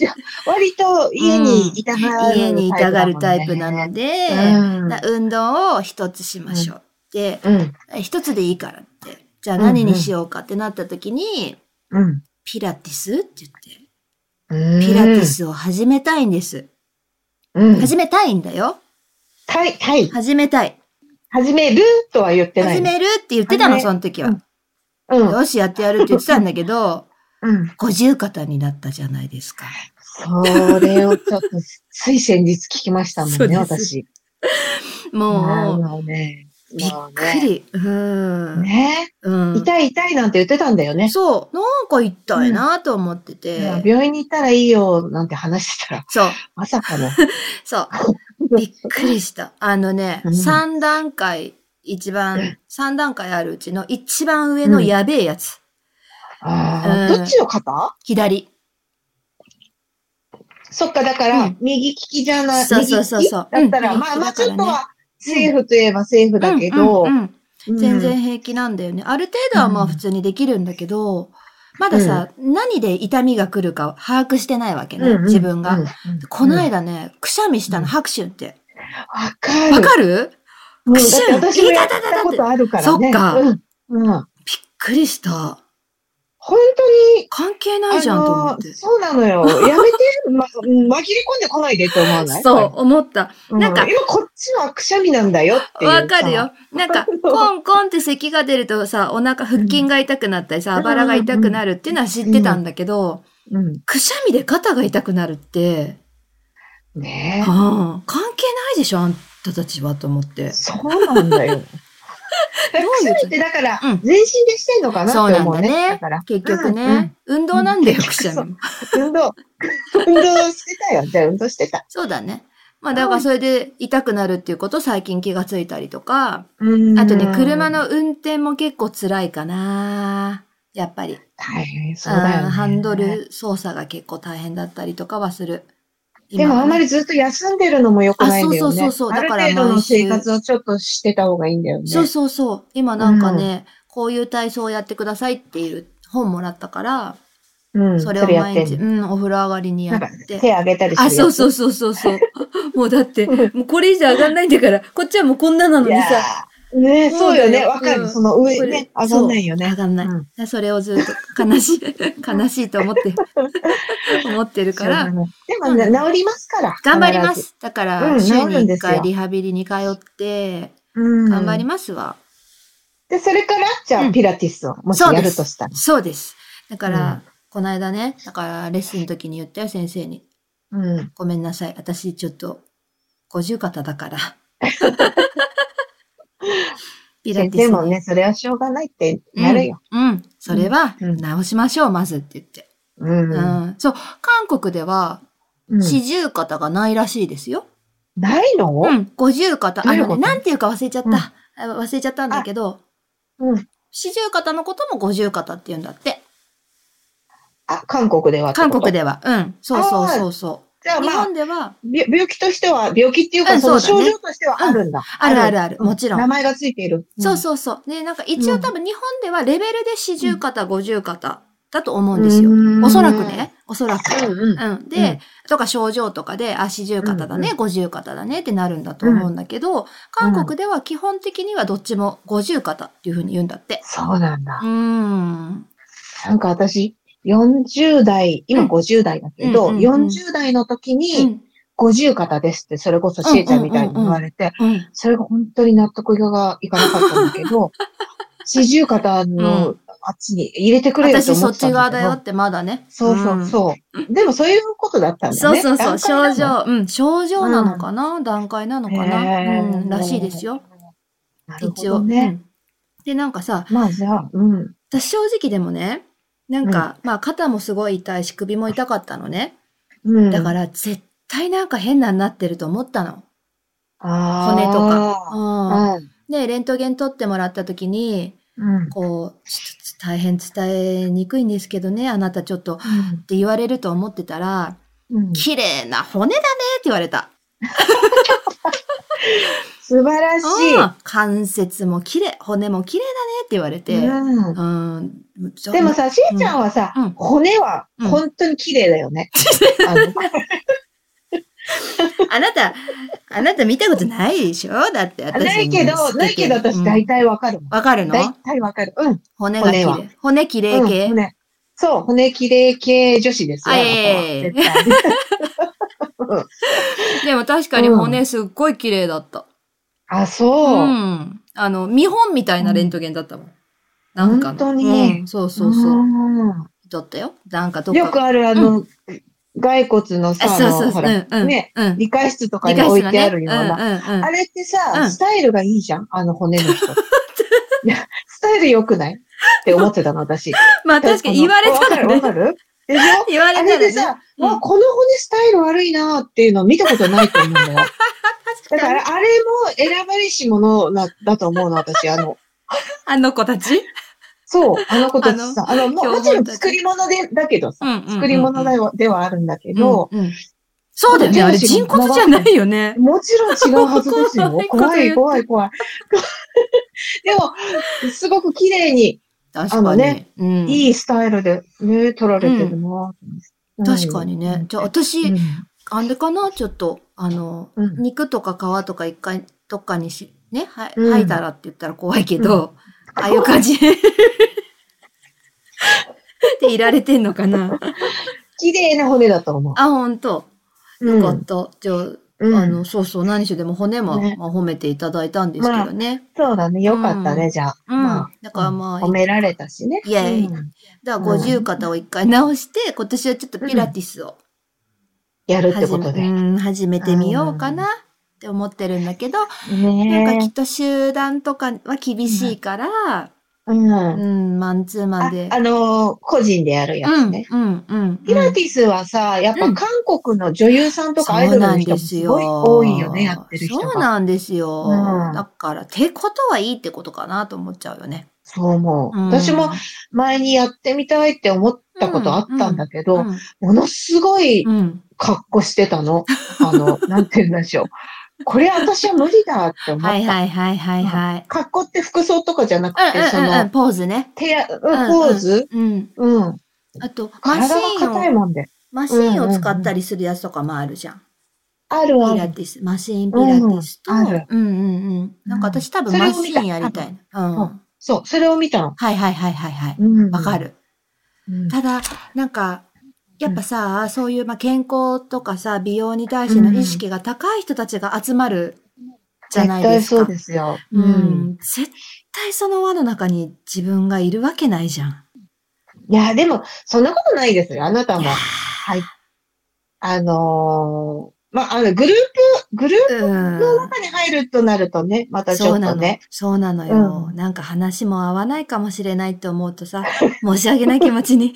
[SPEAKER 2] 割と家にいたがる、
[SPEAKER 1] 家にいたがるタイプなの
[SPEAKER 2] で。
[SPEAKER 1] で、だ運動を一つしましょうって、
[SPEAKER 2] うん。うん。
[SPEAKER 1] 一つでいいからって。じゃあ何にしようかってなった時に、
[SPEAKER 2] うん。
[SPEAKER 1] ピラティスって言って、
[SPEAKER 2] うん
[SPEAKER 1] ピラティ。スを始めたいんです。
[SPEAKER 2] うん。
[SPEAKER 1] 始めたいんだよ。
[SPEAKER 2] はい、はい。
[SPEAKER 1] 始めたい。
[SPEAKER 2] 始めるとは言ってない。
[SPEAKER 1] 始めるって言ってたの、
[SPEAKER 2] 始め
[SPEAKER 1] その時は。
[SPEAKER 2] うん。
[SPEAKER 1] よし、やってやるって言ってたんだけど、
[SPEAKER 2] うん。
[SPEAKER 1] 五十肩になったじゃないですか。
[SPEAKER 2] それをちょっと、つい先日聞きましたも
[SPEAKER 1] そうんで
[SPEAKER 2] ね、
[SPEAKER 1] す
[SPEAKER 2] 私。
[SPEAKER 1] もう、
[SPEAKER 2] もうね。
[SPEAKER 1] びっく
[SPEAKER 2] り。
[SPEAKER 1] り。うん。
[SPEAKER 2] ね。
[SPEAKER 1] うん、
[SPEAKER 2] 痛い痛いなんて言ってたんだよね。
[SPEAKER 1] そう。なんか痛いなと思ってて。
[SPEAKER 2] 病院に行ったらいいよ、なんて話してたら、
[SPEAKER 1] そう。
[SPEAKER 2] まさかの。
[SPEAKER 1] そう。びっくりした。あのね、
[SPEAKER 2] うん
[SPEAKER 1] 三3段階、一番、3段階あるうちの一番上のやべえやつ。
[SPEAKER 2] あ
[SPEAKER 1] う
[SPEAKER 2] ー
[SPEAKER 1] ん
[SPEAKER 2] どっちの肩
[SPEAKER 1] 左。
[SPEAKER 2] そっか、だか
[SPEAKER 1] う
[SPEAKER 2] ら
[SPEAKER 1] ん、
[SPEAKER 2] 右利きじゃない、
[SPEAKER 1] そう
[SPEAKER 2] 右
[SPEAKER 1] そう
[SPEAKER 2] 利き
[SPEAKER 1] そうそう
[SPEAKER 2] だったら、
[SPEAKER 1] うん
[SPEAKER 2] まあ
[SPEAKER 1] 右
[SPEAKER 2] ま
[SPEAKER 1] 利
[SPEAKER 2] あ
[SPEAKER 1] きだからね
[SPEAKER 2] ちょっとは、セーフといえばセーフだけど
[SPEAKER 1] う、んうん
[SPEAKER 2] う
[SPEAKER 1] うんん全然。平気なんだよね。ある程度はまあ
[SPEAKER 2] うん
[SPEAKER 1] 普通にできるんだけど、まださ、何で痛みが来るか把握してないわけね、
[SPEAKER 2] うんうん
[SPEAKER 1] 自分が。
[SPEAKER 2] うん
[SPEAKER 1] この
[SPEAKER 2] うん
[SPEAKER 1] 間ね、くしゃみした
[SPEAKER 2] うん
[SPEAKER 1] の、拍手って。
[SPEAKER 2] わかる。
[SPEAKER 1] わかる
[SPEAKER 2] うんだ
[SPEAKER 1] クシュン
[SPEAKER 2] って私もやったことあるからね。
[SPEAKER 1] そっか
[SPEAKER 2] うんうん。
[SPEAKER 1] びっくりした。
[SPEAKER 2] 本当に、
[SPEAKER 1] 関係ないじゃんと思
[SPEAKER 2] あ
[SPEAKER 1] っ
[SPEAKER 2] の、
[SPEAKER 1] て。
[SPEAKER 2] そうな のよ。やめて、ま、紛れ込んでこないでって思わない
[SPEAKER 1] そう、思った。
[SPEAKER 2] う
[SPEAKER 1] なんか
[SPEAKER 2] 今こっちはくしゃみなんだよっていう。
[SPEAKER 1] わかるよ。なん か、コンコンって咳が出るとさ、お腹、腹筋が痛くなったりさ、
[SPEAKER 2] う
[SPEAKER 1] あ
[SPEAKER 2] ん
[SPEAKER 1] ばらが痛くなるっていうのは知ってたんだけど、
[SPEAKER 2] うん。
[SPEAKER 1] くしゃみで肩が痛くなるって、
[SPEAKER 2] ねえ。
[SPEAKER 1] ああ関係ないでしょ、あんたたちはと思って。
[SPEAKER 2] そうなんだよ。え
[SPEAKER 1] どう
[SPEAKER 2] く
[SPEAKER 1] い
[SPEAKER 2] し
[SPEAKER 1] う
[SPEAKER 2] ゃみってだから、
[SPEAKER 1] うん
[SPEAKER 2] 全身でしてんのかな
[SPEAKER 1] そ
[SPEAKER 2] っ
[SPEAKER 1] う
[SPEAKER 2] て
[SPEAKER 1] なん
[SPEAKER 2] 思う
[SPEAKER 1] だ
[SPEAKER 2] ね。
[SPEAKER 1] ね
[SPEAKER 2] だから。
[SPEAKER 1] 結局ね、
[SPEAKER 2] うんうん
[SPEAKER 1] 運動なんだよ、
[SPEAKER 2] うん
[SPEAKER 1] くしゃみも。
[SPEAKER 2] 運動、 運動してたよ。じゃあ運動してた。
[SPEAKER 1] そうだね。まあ、だからそれで痛くなるっていうこと最近気がついたりとか、
[SPEAKER 2] うん
[SPEAKER 1] あとね、車。の運転も結構辛いかな。やっぱり。
[SPEAKER 2] 大変そうだよ、
[SPEAKER 1] あー
[SPEAKER 2] ね。
[SPEAKER 1] ハンド。ル操作が結構大変だったりとかはする。
[SPEAKER 2] でもあんま
[SPEAKER 1] り、
[SPEAKER 2] りずっと休んでるのも良くないんだよね。
[SPEAKER 1] あそうそうそうそうだから
[SPEAKER 2] ある程度の
[SPEAKER 1] 毎週
[SPEAKER 2] 生活をちょっとしてた方がいいんだよね。
[SPEAKER 1] そうそうそう。今なんかね、こういう体操をやってくださいっていう本もらったから、
[SPEAKER 2] うん、
[SPEAKER 1] それを毎日、
[SPEAKER 2] る
[SPEAKER 1] うん、お風呂上がりにや
[SPEAKER 2] な
[SPEAKER 1] っ
[SPEAKER 2] んか
[SPEAKER 1] て。
[SPEAKER 2] 手あげたりする
[SPEAKER 1] あ、
[SPEAKER 2] やつ。
[SPEAKER 1] そうそうそうそう そう。もうだって、もうこれ以上上がんないんだから、こっちはもうこんななの
[SPEAKER 2] い
[SPEAKER 1] に
[SPEAKER 2] や
[SPEAKER 1] さ。
[SPEAKER 2] ーね
[SPEAKER 1] そ
[SPEAKER 2] そうう
[SPEAKER 1] だよ
[SPEAKER 2] よね。わか
[SPEAKER 1] う
[SPEAKER 2] る。
[SPEAKER 1] ん
[SPEAKER 2] その上
[SPEAKER 1] これ
[SPEAKER 2] ね、上がんないよね
[SPEAKER 1] そう上。がんない。だ
[SPEAKER 2] うん
[SPEAKER 1] からそれをずっと悲しい、 悲しいと思 って、思ってるか
[SPEAKER 2] そ
[SPEAKER 1] ら
[SPEAKER 2] うな、のでもね、治りますから。
[SPEAKER 1] 頑張りま
[SPEAKER 2] 必ず。
[SPEAKER 1] す。だか
[SPEAKER 2] う
[SPEAKER 1] ら、
[SPEAKER 2] ん
[SPEAKER 1] 週に
[SPEAKER 2] 治るん
[SPEAKER 1] 1
[SPEAKER 2] ですよ
[SPEAKER 1] 回リハビリに通って、
[SPEAKER 2] うん。
[SPEAKER 1] 頑張りますわ。
[SPEAKER 2] で、それから、じゃ
[SPEAKER 1] う
[SPEAKER 2] あ、
[SPEAKER 1] ん
[SPEAKER 2] ピラティスを、もし
[SPEAKER 1] そう
[SPEAKER 2] や
[SPEAKER 1] です
[SPEAKER 2] るとしたら。
[SPEAKER 1] そうです。だから、
[SPEAKER 2] うん
[SPEAKER 1] この間ね、だからレッスンの時に言ったよ、先生に。
[SPEAKER 2] うん。
[SPEAKER 1] ごめんなさい。私、ちょっと、五十肩だ から。ピラテ
[SPEAKER 2] 先
[SPEAKER 1] ィス
[SPEAKER 2] 生
[SPEAKER 1] に
[SPEAKER 2] もね、それはしょうがないってなるよ。
[SPEAKER 1] うん。それは
[SPEAKER 2] うん
[SPEAKER 1] 直しましょう、まずって言って。
[SPEAKER 2] うん。
[SPEAKER 1] うん。そう、韓国では、
[SPEAKER 2] うん
[SPEAKER 1] 四十肩がないらしいですよ。
[SPEAKER 2] ないの
[SPEAKER 1] うん。五十肩。あ
[SPEAKER 2] どういう
[SPEAKER 1] の
[SPEAKER 2] こ
[SPEAKER 1] ね、
[SPEAKER 2] と
[SPEAKER 1] なんていうか忘れちゃった。
[SPEAKER 2] うん
[SPEAKER 1] あ忘れちゃったんだけど、
[SPEAKER 2] うん。
[SPEAKER 1] 四十肩のことも五十肩って言うんだって。
[SPEAKER 2] あ、韓国ではってこ
[SPEAKER 1] 韓
[SPEAKER 2] と。
[SPEAKER 1] 国では。うん。そうそうそうそ
[SPEAKER 2] じゃあ、
[SPEAKER 1] う。日
[SPEAKER 2] まあ、
[SPEAKER 1] 本では、
[SPEAKER 2] び病気としては、病気っていう
[SPEAKER 1] う
[SPEAKER 2] か、
[SPEAKER 1] ん
[SPEAKER 2] その
[SPEAKER 1] そう
[SPEAKER 2] 症
[SPEAKER 1] だね
[SPEAKER 2] 状としてはあるんだ。
[SPEAKER 1] あるあるある
[SPEAKER 2] う
[SPEAKER 1] もちろん
[SPEAKER 2] 名前がついている。
[SPEAKER 1] そうそうそう。で、なんか一応
[SPEAKER 2] うん
[SPEAKER 1] 多分日本ではレベルで四十肩、五十肩だと思
[SPEAKER 2] う
[SPEAKER 1] うんですよ。
[SPEAKER 2] ん
[SPEAKER 1] おそらく。ね。おそらく。
[SPEAKER 2] うんうん。
[SPEAKER 1] うん。
[SPEAKER 2] う
[SPEAKER 1] で
[SPEAKER 2] ん、
[SPEAKER 1] とか症状とかで、あ、四十肩だね
[SPEAKER 2] う、
[SPEAKER 1] 五十肩だねってなるんだと思うんだけど、韓国では基本的にはどっちも五十肩っていうふうに言うんだって。
[SPEAKER 2] そうなんだ
[SPEAKER 1] う。ーん。
[SPEAKER 2] なんか私、40代、今
[SPEAKER 1] うん
[SPEAKER 2] 50代だけ
[SPEAKER 1] う
[SPEAKER 2] ど、
[SPEAKER 1] んうんうん
[SPEAKER 2] 40代の時
[SPEAKER 1] う
[SPEAKER 2] に、
[SPEAKER 1] ん。
[SPEAKER 2] 50肩ですって、それこそしえちゃんみたいに言われて、
[SPEAKER 1] うん。
[SPEAKER 2] それが本当に納得がいかなかったんだけ ど、40肩のあっちに入れてくれると
[SPEAKER 1] 私
[SPEAKER 2] 思
[SPEAKER 1] そ
[SPEAKER 2] っ
[SPEAKER 1] って
[SPEAKER 2] た
[SPEAKER 1] ち
[SPEAKER 2] ん
[SPEAKER 1] 側
[SPEAKER 2] だ
[SPEAKER 1] だ
[SPEAKER 2] け
[SPEAKER 1] よ
[SPEAKER 2] ど。
[SPEAKER 1] ってまだね。
[SPEAKER 2] そうそうそう、でもそういうことだったんだね。
[SPEAKER 1] そうそうそう、症
[SPEAKER 2] 段階な
[SPEAKER 1] 状、う
[SPEAKER 2] の。
[SPEAKER 1] ん、症状なのかな、段階なのかな、
[SPEAKER 2] へー
[SPEAKER 1] うん、らしいですよ、
[SPEAKER 2] なるほ
[SPEAKER 1] 一応。
[SPEAKER 2] どね。
[SPEAKER 1] うんで、なんかさ、
[SPEAKER 2] まあじゃあ、うん。
[SPEAKER 1] 私正直でもね、なんか、まあ肩もすごい痛いし、首も痛かったのね。
[SPEAKER 2] うん、、
[SPEAKER 1] だからら絶対なんか変なになってると思ったの。骨
[SPEAKER 2] 骨
[SPEAKER 1] とか。うん、
[SPEAKER 2] か。
[SPEAKER 1] で、レントゲン取ってもらった時に、
[SPEAKER 2] うん。うん。
[SPEAKER 1] こう、ちょっと大変伝えにくいんですけどね、あなたちょっとって言われると思ってたら、
[SPEAKER 2] うん
[SPEAKER 1] 綺麗な骨だねって言われた。
[SPEAKER 2] 素晴らしい。
[SPEAKER 1] うん関節も綺麗、骨も綺麗だねって言われて。
[SPEAKER 2] うん
[SPEAKER 1] うん。
[SPEAKER 2] でも
[SPEAKER 1] そう、
[SPEAKER 2] さ、しえちゃんはさ、
[SPEAKER 1] うん
[SPEAKER 2] 骨は
[SPEAKER 1] うん
[SPEAKER 2] 本当に綺麗だよね。 あの
[SPEAKER 1] あなた、あなた見たことないでしょだって私
[SPEAKER 2] ないけど、ないけど私大
[SPEAKER 1] 体。
[SPEAKER 2] 体わかるもん。
[SPEAKER 1] わかるの
[SPEAKER 2] 大体わかる。うん。
[SPEAKER 1] 骨が綺
[SPEAKER 2] 骨
[SPEAKER 1] 麗。骨綺麗系。
[SPEAKER 2] うん骨そう、骨綺麗系女子ですよ。
[SPEAKER 1] あ
[SPEAKER 2] あ
[SPEAKER 1] いえいえ
[SPEAKER 2] なたは絶対うん
[SPEAKER 1] でも確かに骨すっごい綺麗だった。
[SPEAKER 2] あ、
[SPEAKER 1] う
[SPEAKER 2] そう。
[SPEAKER 1] ん。あの、見本みたいなレントゲンだったもん。なんかの
[SPEAKER 2] 本当に
[SPEAKER 1] うんそうそうそう。
[SPEAKER 2] う
[SPEAKER 1] だったよ。なんかど
[SPEAKER 2] ん
[SPEAKER 1] っか。
[SPEAKER 2] よくある、あの、骸骨の
[SPEAKER 1] あ
[SPEAKER 2] さ、あ
[SPEAKER 1] そうそう
[SPEAKER 2] の、
[SPEAKER 1] そう。う
[SPEAKER 2] ほら、
[SPEAKER 1] んうん。
[SPEAKER 2] ね
[SPEAKER 1] うん。
[SPEAKER 2] 理科室とか
[SPEAKER 1] 理
[SPEAKER 2] に
[SPEAKER 1] 解
[SPEAKER 2] 置
[SPEAKER 1] し
[SPEAKER 2] い
[SPEAKER 1] た
[SPEAKER 2] て
[SPEAKER 1] ね。
[SPEAKER 2] あ
[SPEAKER 1] う
[SPEAKER 2] る
[SPEAKER 1] ん
[SPEAKER 2] よ
[SPEAKER 1] う
[SPEAKER 2] うな。
[SPEAKER 1] んうん
[SPEAKER 2] あ。れってさ、
[SPEAKER 1] うん
[SPEAKER 2] スタイルがいいじゃんあの骨 の人。いや、スタイル良くないって思ってたの、私。
[SPEAKER 1] まあ 確かに言われたら
[SPEAKER 2] わ
[SPEAKER 1] ね
[SPEAKER 2] か。るわかるでしょ
[SPEAKER 1] 言われ
[SPEAKER 2] あ
[SPEAKER 1] たら
[SPEAKER 2] れで
[SPEAKER 1] ね。う
[SPEAKER 2] さ、
[SPEAKER 1] ん
[SPEAKER 2] もうこの骨スタイル悪いなっていうのを見たことないと思 うんだよ。だ
[SPEAKER 1] 確
[SPEAKER 2] か
[SPEAKER 1] かに。
[SPEAKER 2] ら、あれも選ばれし者なだと思うの、私。あの、
[SPEAKER 1] あの子たち。
[SPEAKER 2] そう、あの子たちさ、あの、もう
[SPEAKER 1] 標
[SPEAKER 2] もちろ
[SPEAKER 1] 本
[SPEAKER 2] ん
[SPEAKER 1] たち
[SPEAKER 2] 作り物で、だけどさ、
[SPEAKER 1] うんうんうんうん
[SPEAKER 2] 作り物だよではあるんだけ
[SPEAKER 1] うん
[SPEAKER 2] ど、
[SPEAKER 1] うんそうだよね。あれ人骨じゃないよね。
[SPEAKER 2] もちろん違うはずですよ
[SPEAKER 1] 怖い。こと
[SPEAKER 2] 怖
[SPEAKER 1] 言っ
[SPEAKER 2] い、
[SPEAKER 1] て
[SPEAKER 2] 怖い、怖い。 でも、すごく綺麗に、
[SPEAKER 1] 確
[SPEAKER 2] あ
[SPEAKER 1] か
[SPEAKER 2] の
[SPEAKER 1] に
[SPEAKER 2] ね。
[SPEAKER 1] うん
[SPEAKER 2] いいスタイルでね、撮られてるな、うん
[SPEAKER 1] 確かにね。。じゃあ私、
[SPEAKER 2] うん
[SPEAKER 1] あれかなちょっと、あの、
[SPEAKER 2] うん
[SPEAKER 1] 肉とか皮とか一回どっかにし、ね、はい、
[SPEAKER 2] うん
[SPEAKER 1] 吐いたらって言ったら怖いけど、ああいう感じ。でいられて んのかな
[SPEAKER 2] 綺麗な骨だと思う。
[SPEAKER 1] あ、ほんと。
[SPEAKER 2] う
[SPEAKER 1] よか
[SPEAKER 2] ん
[SPEAKER 1] った。じゃあ、
[SPEAKER 2] うん
[SPEAKER 1] あの、そうそう、何しろでも骨も、
[SPEAKER 2] ね
[SPEAKER 1] まあ、褒めていただいたんですけどね。
[SPEAKER 2] そうだね。よかったね、
[SPEAKER 1] うん
[SPEAKER 2] じゃあ。
[SPEAKER 1] うん
[SPEAKER 2] まあ
[SPEAKER 1] だからまあ
[SPEAKER 2] うん褒められたしね。
[SPEAKER 1] イエイ
[SPEAKER 2] うん
[SPEAKER 1] だから、五十肩を一回直して、今年はちょっとピラティスを
[SPEAKER 2] やるって
[SPEAKER 1] 始
[SPEAKER 2] こ
[SPEAKER 1] め,、
[SPEAKER 2] とで。
[SPEAKER 1] うん、始めてみようかなって思ってるんだけど、なんかき
[SPEAKER 2] ね
[SPEAKER 1] っと集団とかは厳しいから、
[SPEAKER 2] え。うん。
[SPEAKER 1] う
[SPEAKER 2] あ、
[SPEAKER 1] ん、マンツーマンで。
[SPEAKER 2] あのー個人でやるや
[SPEAKER 1] う
[SPEAKER 2] つ
[SPEAKER 1] ん、
[SPEAKER 2] ね。
[SPEAKER 1] うん、うん。
[SPEAKER 2] ピラティスはさ、やっ
[SPEAKER 1] う
[SPEAKER 2] ぱ
[SPEAKER 1] ん
[SPEAKER 2] 韓国の女優さんとかアイド
[SPEAKER 1] そう
[SPEAKER 2] ル
[SPEAKER 1] な
[SPEAKER 2] の
[SPEAKER 1] ん
[SPEAKER 2] 人
[SPEAKER 1] で
[SPEAKER 2] も
[SPEAKER 1] す
[SPEAKER 2] す
[SPEAKER 1] よ。
[SPEAKER 2] ごい多いよね、やってる人
[SPEAKER 1] そう
[SPEAKER 2] が。
[SPEAKER 1] なんですよ。
[SPEAKER 2] うん
[SPEAKER 1] だから、てことはいいってことかなと思っちゃうよね。
[SPEAKER 2] そう思う。
[SPEAKER 1] うん
[SPEAKER 2] 私も、前にやってみたいって思ったことあったんだけ
[SPEAKER 1] う
[SPEAKER 2] ど、
[SPEAKER 1] ん、
[SPEAKER 2] ものすごい
[SPEAKER 1] うん
[SPEAKER 2] 格好してたの。あ の、なんて言うんでしょう。これ私は無理だって思った。
[SPEAKER 1] はいはいはいはいはい。
[SPEAKER 2] 格好って服装とかじゃなくて、
[SPEAKER 1] う
[SPEAKER 2] そ
[SPEAKER 1] んうんうんうん、
[SPEAKER 2] の、
[SPEAKER 1] ポーズね。
[SPEAKER 2] 手や、うん
[SPEAKER 1] うん
[SPEAKER 2] ポーズ、
[SPEAKER 1] うん。
[SPEAKER 2] うん。
[SPEAKER 1] あと、マシ
[SPEAKER 2] 体が
[SPEAKER 1] ー
[SPEAKER 2] 硬い
[SPEAKER 1] ンを、
[SPEAKER 2] もんで。
[SPEAKER 1] マシーンを使ったりするやつとかもあるじゃん。
[SPEAKER 2] あるあ
[SPEAKER 1] ピラ
[SPEAKER 2] る。
[SPEAKER 1] ティス、マシーンピラティスと、う
[SPEAKER 2] うんん
[SPEAKER 1] う
[SPEAKER 2] あ
[SPEAKER 1] ん
[SPEAKER 2] る
[SPEAKER 1] うん。なんか私多分
[SPEAKER 2] それを
[SPEAKER 1] マ
[SPEAKER 2] 見
[SPEAKER 1] シー
[SPEAKER 2] た
[SPEAKER 1] ンやりたいな。うん。
[SPEAKER 2] う
[SPEAKER 1] はい
[SPEAKER 2] んそう、それを見たの。
[SPEAKER 1] はいはいはいはい。
[SPEAKER 2] うん
[SPEAKER 1] わか。る。
[SPEAKER 2] うん
[SPEAKER 1] ただ、なんか、やっぱさ、そういう、まあ、健康とかさ、美容に対しての意識が高い人たちが集まるじゃないですか。
[SPEAKER 2] 絶対そうですよ。
[SPEAKER 1] う。ん。絶対その輪の中に自分がいるわけないじゃん。
[SPEAKER 2] いや、でも、そんなことないですよ。あなた
[SPEAKER 1] い
[SPEAKER 2] も
[SPEAKER 1] や。
[SPEAKER 2] はい。あのーまあ、あの、グループ、グルー
[SPEAKER 1] う
[SPEAKER 2] プの
[SPEAKER 1] ん。
[SPEAKER 2] 中に入るとなるとね、またち
[SPEAKER 1] そ
[SPEAKER 2] ょ
[SPEAKER 1] う
[SPEAKER 2] っ
[SPEAKER 1] な
[SPEAKER 2] と
[SPEAKER 1] の
[SPEAKER 2] ね。。
[SPEAKER 1] そうなのよ。
[SPEAKER 2] う
[SPEAKER 1] なんか話も合わないかもしれないって思うとさ、申し訳ない気持ち に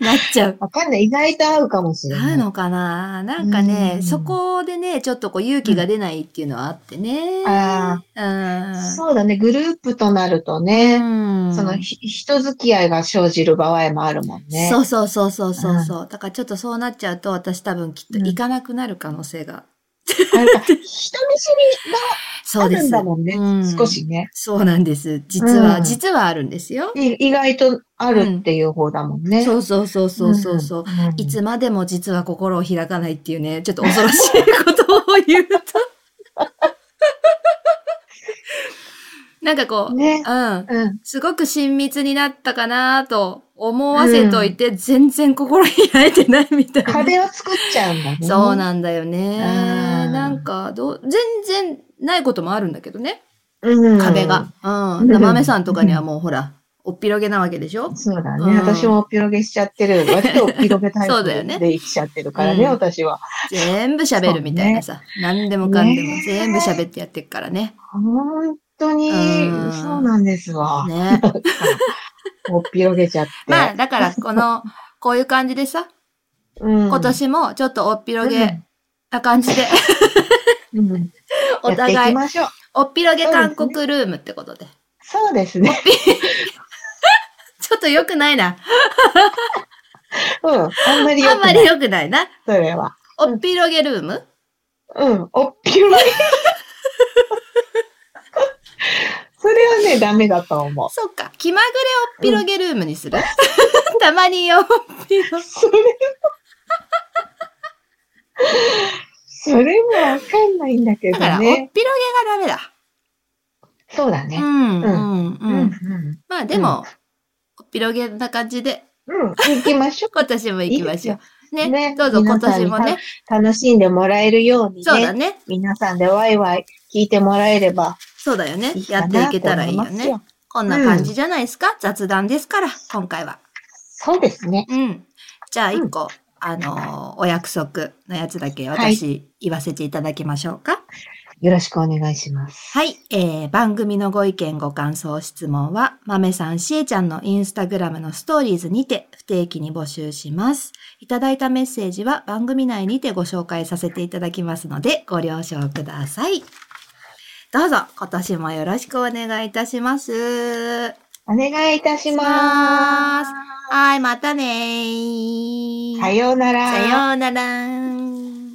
[SPEAKER 1] なっちゃう。
[SPEAKER 2] わかんない。意外と合うかもしれ
[SPEAKER 1] 合
[SPEAKER 2] な
[SPEAKER 1] う
[SPEAKER 2] い。
[SPEAKER 1] のかななんかね、
[SPEAKER 2] うん
[SPEAKER 1] そこでね、ちょっとこう勇気が出ないっていうのはあってね。
[SPEAKER 2] あ
[SPEAKER 1] うん。
[SPEAKER 2] そうだね。グループとなるとね、
[SPEAKER 1] うん
[SPEAKER 2] そのひ人付き合いが生じる場合もあるもんね。
[SPEAKER 1] そうそうそうそうそうそう。だからちょっとそうなっちゃうと、私多分きっと
[SPEAKER 2] うん
[SPEAKER 1] 行かなくなる可能性が。
[SPEAKER 2] あれか人見知りが
[SPEAKER 1] そ
[SPEAKER 2] あ
[SPEAKER 1] うで
[SPEAKER 2] るん
[SPEAKER 1] す。
[SPEAKER 2] だもんね。
[SPEAKER 1] うん
[SPEAKER 2] 少しね。
[SPEAKER 1] そうなんです。実は、
[SPEAKER 2] うん
[SPEAKER 1] 実はあるんですよ。
[SPEAKER 2] い意外とあるっていう方だもんね。
[SPEAKER 1] そうそうそうそうそうそう。
[SPEAKER 2] ん。うん
[SPEAKER 1] いつまでも実は心を開かないっていうね、ちょっと恐ろしいことを言うと。 なんかこう、
[SPEAKER 2] ね。
[SPEAKER 1] うん。
[SPEAKER 2] うん。
[SPEAKER 1] すごく親密になったかなと思わせといて、全然心開いてないみたいな。
[SPEAKER 2] 壁を作っちゃうんだね。
[SPEAKER 1] そうなんだよね。
[SPEAKER 2] うん
[SPEAKER 1] なんかどう、全然ないこともあるんだけどね。
[SPEAKER 2] うん
[SPEAKER 1] 壁が。。う。
[SPEAKER 2] うんん
[SPEAKER 1] 生めさんとかにはもうほら、おっぴろげなわけでしょ
[SPEAKER 2] そうだ
[SPEAKER 1] うん
[SPEAKER 2] ね。私もおっぴろげしちゃってる。 割とおっぴろげタイ
[SPEAKER 1] そう
[SPEAKER 2] プ
[SPEAKER 1] だよね
[SPEAKER 2] で生きちゃってるからね、
[SPEAKER 1] うん
[SPEAKER 2] 私は。
[SPEAKER 1] 全部喋るみたいなさ。何でもかんでも
[SPEAKER 2] ね
[SPEAKER 1] 全部喋ってやってっからね。
[SPEAKER 2] 本当に
[SPEAKER 1] うん、
[SPEAKER 2] そうなんですわ。
[SPEAKER 1] ね。
[SPEAKER 2] おっぴろげちゃって。
[SPEAKER 1] まあ、だから、この、こういう感じでさ、
[SPEAKER 2] うん
[SPEAKER 1] 今年もちょっとおっぴろ
[SPEAKER 2] う
[SPEAKER 1] げ
[SPEAKER 2] ん
[SPEAKER 1] な感じで、
[SPEAKER 2] うん
[SPEAKER 1] お
[SPEAKER 2] やってい
[SPEAKER 1] 互
[SPEAKER 2] き
[SPEAKER 1] い、
[SPEAKER 2] ましょう。
[SPEAKER 1] おっぴろげ韓国ルームってことで。
[SPEAKER 2] そうで すね。
[SPEAKER 1] ちょっと良くないな。
[SPEAKER 2] うん。あんまりよ
[SPEAKER 1] あん
[SPEAKER 2] くな
[SPEAKER 1] ま
[SPEAKER 2] い
[SPEAKER 1] り良くないな。
[SPEAKER 2] それは。
[SPEAKER 1] おっぴろげルーム
[SPEAKER 2] うん。おっぴろげ。 それはね、ダメだと思う。
[SPEAKER 1] そっか。気まぐれおっぴろげルームにする、 たまにおっぴろ。
[SPEAKER 2] それも。それもわかんないんだけ
[SPEAKER 1] だ
[SPEAKER 2] ど
[SPEAKER 1] から、おっぴろげが
[SPEAKER 2] ね。
[SPEAKER 1] ダメだ。
[SPEAKER 2] そうだ
[SPEAKER 1] う
[SPEAKER 2] ね。
[SPEAKER 1] ん、う、
[SPEAKER 2] うんうん
[SPEAKER 1] う。
[SPEAKER 2] うんん。
[SPEAKER 1] まあでも、おっぴろげな感じで、
[SPEAKER 2] うん。行きましょ
[SPEAKER 1] 今年も行きましょう。ね、
[SPEAKER 2] う。ね。
[SPEAKER 1] どうぞ今
[SPEAKER 2] 皆さん
[SPEAKER 1] 年
[SPEAKER 2] に
[SPEAKER 1] もね。
[SPEAKER 2] た楽しんでもらえるように
[SPEAKER 1] そうだ
[SPEAKER 2] ね。
[SPEAKER 1] ね。
[SPEAKER 2] 皆さんでワイワイ聞いてもらえれば
[SPEAKER 1] そうだよね
[SPEAKER 2] いい。か
[SPEAKER 1] や
[SPEAKER 2] な
[SPEAKER 1] っていけたらいいよ
[SPEAKER 2] と思ます
[SPEAKER 1] ね。。こんな感じじゃないですか、雑談ですから、今回は。
[SPEAKER 2] そうですね。
[SPEAKER 1] うん。じゃあ、
[SPEAKER 2] うん
[SPEAKER 1] 一個、あのーお約束のやつだけ
[SPEAKER 2] はい
[SPEAKER 1] 私、言わせていただきましょうか。
[SPEAKER 2] よろしくお願いします。
[SPEAKER 1] はい、えー番組のご意見、ご感想、質問は、まめさん、しえちゃんのインスタグラムのストーリーズにて不定期に募集します。いただいたメッセージは番組内にてご紹介させていただきますので、ご了承ください。どうぞ、今年もよろしくお願いいたします。
[SPEAKER 2] お願いいたします。
[SPEAKER 1] はい、またねー。
[SPEAKER 2] さようなら。
[SPEAKER 1] さようなら。